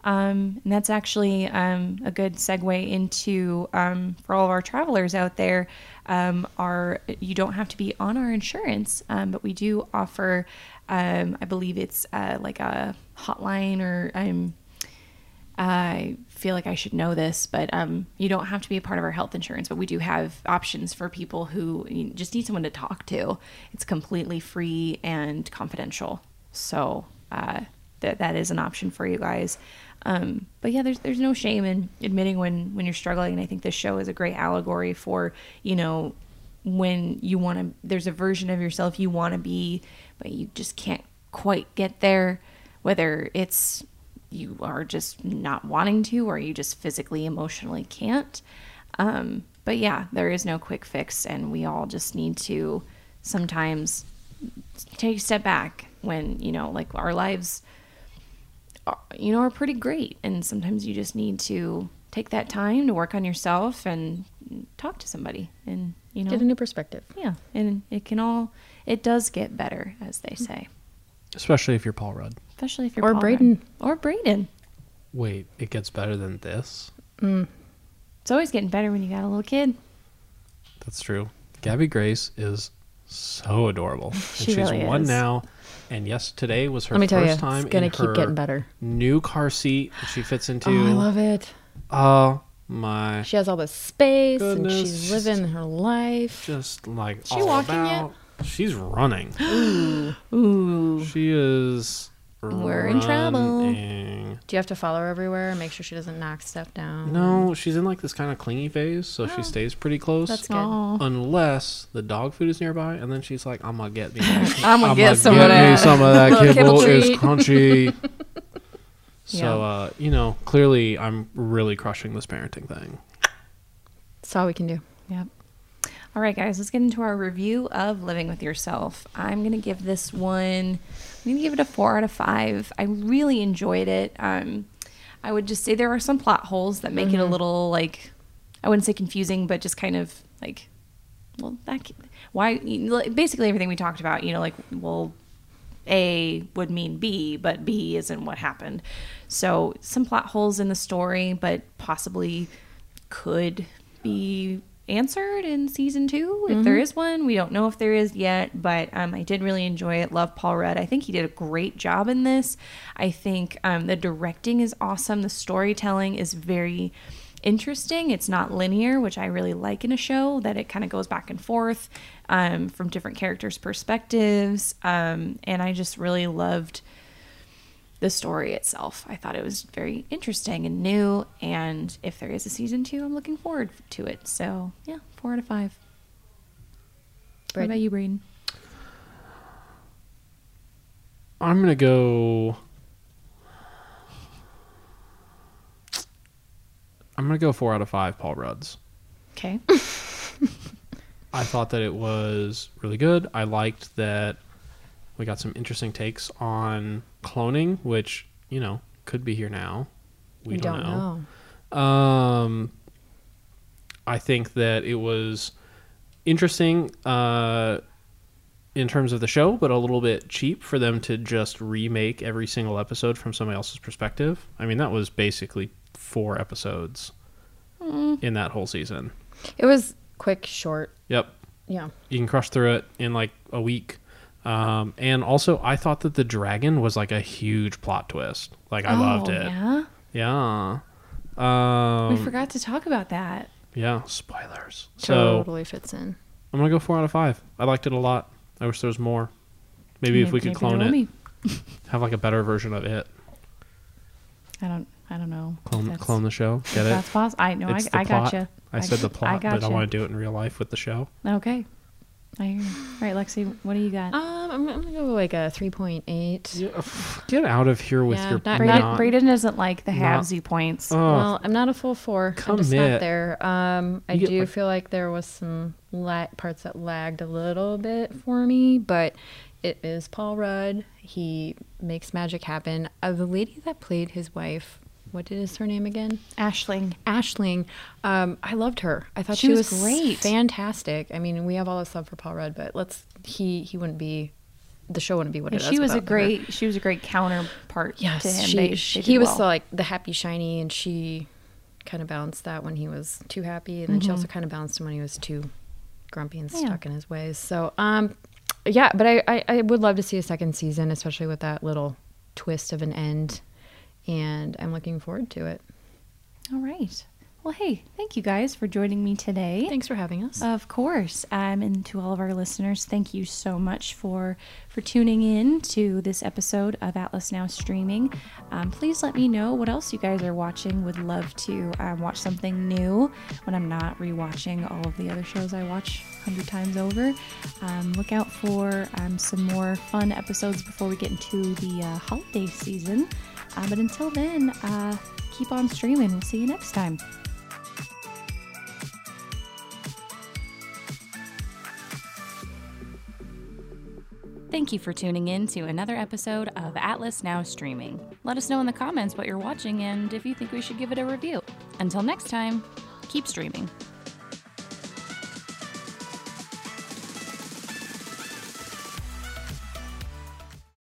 Speaker 2: Um, and that's actually um, a good segue into um, for all of our travelers out there. Um, our you don't have to be on our insurance, um, but we do offer. Um, I believe it's uh, like a hotline or um, I feel like I should know this, but um, you don't have to be a part of our health insurance, but we do have options for people who you just need someone to talk to. It's completely free and confidential, so uh, that that is an option for you guys. Um, but yeah, there's there's no shame in admitting when when you're struggling, and I think this show is a great allegory for you know when you want to. There's a version of yourself you want to be, but you just can't quite get there. Whether it's you are just not wanting to or you just physically emotionally can't um, but yeah there is no quick fix and we all just need to sometimes take a step back when you know like our lives are, you know are pretty great and sometimes you just need to take that time to work on yourself and talk to somebody and you know
Speaker 1: Get a new perspective.
Speaker 2: yeah and it can all it does get better as they say
Speaker 3: Especially if you're Paul Rudd.
Speaker 2: especially if you're
Speaker 1: Or
Speaker 2: Paul Rudd.
Speaker 1: Braden.
Speaker 2: or Braden
Speaker 3: Wait, it gets better than this.
Speaker 2: It's always getting better when you got a little kid.
Speaker 3: That's true. Gabby Grace is so adorable, and
Speaker 2: She
Speaker 3: she's
Speaker 2: really
Speaker 3: one
Speaker 2: is.
Speaker 3: now. And yes, today was her
Speaker 1: Let me
Speaker 3: first
Speaker 1: tell you, it's
Speaker 3: time
Speaker 1: gonna
Speaker 3: in
Speaker 1: keep
Speaker 3: her
Speaker 1: getting better.
Speaker 3: new car seat that she fits into.
Speaker 1: Oh, I love it.
Speaker 3: Oh my!
Speaker 1: She has all this space and
Speaker 3: Goodness.
Speaker 1: she's living her life.
Speaker 3: Just like
Speaker 1: she
Speaker 3: all
Speaker 1: walking yet?
Speaker 3: about. She's running.
Speaker 2: Ooh.
Speaker 3: She is.
Speaker 2: We're in trouble.
Speaker 3: running.
Speaker 1: Do you have to follow her everywhere? Make sure she doesn't knock stuff down.
Speaker 3: No, she's in like this kind of clingy phase, so she stays pretty close.
Speaker 1: That's good.
Speaker 2: Aw.
Speaker 3: Unless the dog food is nearby, and then she's like, "I'm gonna get me, that-
Speaker 2: I'm gonna get some of
Speaker 3: me
Speaker 2: that."
Speaker 3: some of that
Speaker 1: Little
Speaker 3: kibble.
Speaker 1: kibble
Speaker 3: It's
Speaker 1: treat.
Speaker 3: crunchy." so
Speaker 2: Yeah.
Speaker 3: uh, you know, clearly, I'm really crushing this parenting thing.
Speaker 1: That's all we can do.
Speaker 2: Yep. All right, guys, let's get into our review of Living with Yourself. I'm going to give this one, I'm going to give it a four out of five. I really enjoyed it. Um, I would just say there are some plot holes that make it a little, like, I wouldn't say confusing, but just kind of like, well, that, c- why, basically everything we talked about, you know, like, well, A would mean B, but B isn't what happened. So some plot holes in the story, but possibly could be answered in season two if there is one. We don't know if there is yet, but um, I did really enjoy it. Love Paul Rudd. I think he did a great job in this. I think um, the directing is awesome. The storytelling is very interesting. It's not linear, which I really like in a show that it kind of goes back and forth um, from different characters' perspectives. Um, and I just really loved the story itself. I thought it was very interesting and new. And if there is a season two, I'm looking forward to it. So yeah, four out of five. What
Speaker 1: Braden?
Speaker 2: about you, Braden?
Speaker 3: I'm gonna go. I'm gonna go four out of five. Paul Rudd's.
Speaker 2: Okay.
Speaker 3: I thought that it was really good. I liked that we got some interesting takes on cloning, which you know could be here now. We,
Speaker 1: We don't
Speaker 3: know.
Speaker 1: know.
Speaker 3: Um, I think that it was interesting uh, in terms of the show, but a little bit cheap for them to just remake every single episode from somebody else's perspective. I mean, that was basically four episodes
Speaker 1: Mm.
Speaker 3: in that whole season.
Speaker 1: It was quick, short.
Speaker 3: Yep.
Speaker 1: Yeah.
Speaker 3: You can crush through it in like a week. Um, and also, I thought that the dragon was like a huge plot twist. Like, I loved
Speaker 2: Oh,
Speaker 3: it.
Speaker 2: Yeah.
Speaker 3: Yeah. Um,
Speaker 2: we forgot to talk about that.
Speaker 3: Yeah, spoilers. So
Speaker 1: Totally fits in.
Speaker 3: I'm gonna go four out of five. I liked it a lot. I wish there was more. Maybe if we could
Speaker 2: there
Speaker 3: clone
Speaker 2: will
Speaker 3: it,
Speaker 2: be.
Speaker 3: have like a better version of it.
Speaker 2: I don't. I don't know. if
Speaker 3: Clone,
Speaker 2: that's-
Speaker 3: clone the show.
Speaker 2: if
Speaker 3: Get it?
Speaker 2: That's possible. I know. I,
Speaker 3: It's the
Speaker 2: I got
Speaker 3: plot.
Speaker 2: gotcha.
Speaker 3: I said the plot,
Speaker 2: I
Speaker 3: but I
Speaker 2: gotcha.
Speaker 3: want to do it in real life with the show.
Speaker 2: Okay. I hear you. All right, Lexi. What do you got?
Speaker 1: Um, I'm, I'm gonna go like a 3.8.
Speaker 3: Get out of here with
Speaker 1: Yeah,
Speaker 3: your
Speaker 1: not-
Speaker 2: Braden,
Speaker 3: not-
Speaker 2: Braden doesn't like the
Speaker 3: not- Oh.
Speaker 2: halvesy points.
Speaker 3: Ugh.
Speaker 1: Well, I'm not a full four. I'm just
Speaker 3: Commit.
Speaker 1: not there. Um, I
Speaker 3: You get,
Speaker 1: do
Speaker 3: like-
Speaker 1: feel like there was some la- parts that lagged a little bit for me, but it is Paul Rudd. He makes magic happen. Uh, the lady that played his wife, what is her name again?
Speaker 2: Ashling.
Speaker 1: Ashling. Um, I loved her. I thought
Speaker 2: She
Speaker 1: she,
Speaker 2: was
Speaker 1: was,
Speaker 2: great.
Speaker 1: fantastic. I mean, we have all this love for Paul Rudd, but let's he he wouldn't be the show wouldn't be what
Speaker 2: And
Speaker 1: it is.
Speaker 2: she was a
Speaker 1: without her.
Speaker 2: great. She was a great counterpart
Speaker 1: Yes,
Speaker 2: to him.
Speaker 1: she,
Speaker 2: They-
Speaker 1: she-
Speaker 2: they did
Speaker 1: he was
Speaker 2: well.
Speaker 1: like the happy shiny, and she kind of balanced that when he was too happy, and then she also kind of balanced him when he was too grumpy and
Speaker 2: Mm-hmm. Yeah.
Speaker 1: stuck in his ways. So, um, yeah, but I, I I would love to see a second season, especially with that little twist of an end, and I'm looking forward to it.
Speaker 2: All right. Well, hey, thank you guys for joining me today.
Speaker 1: Thanks for having us.
Speaker 2: Of course, um, and to all of our listeners, thank you so much for for tuning in to this episode of Atlas Now Streaming. Um, please let me know what else you guys are watching. Would love to um, watch something new when I'm not rewatching all of the other shows I watch hundred times over. Um, look out for um, some more fun episodes before we get into the uh, holiday season. Uh, but until then, uh, keep on streaming. We'll see you next time.
Speaker 4: Thank you for tuning in to another episode of Atlas Now Streaming. Let us know in the comments what you're watching and if you think we should give it a review. Until next time, keep streaming.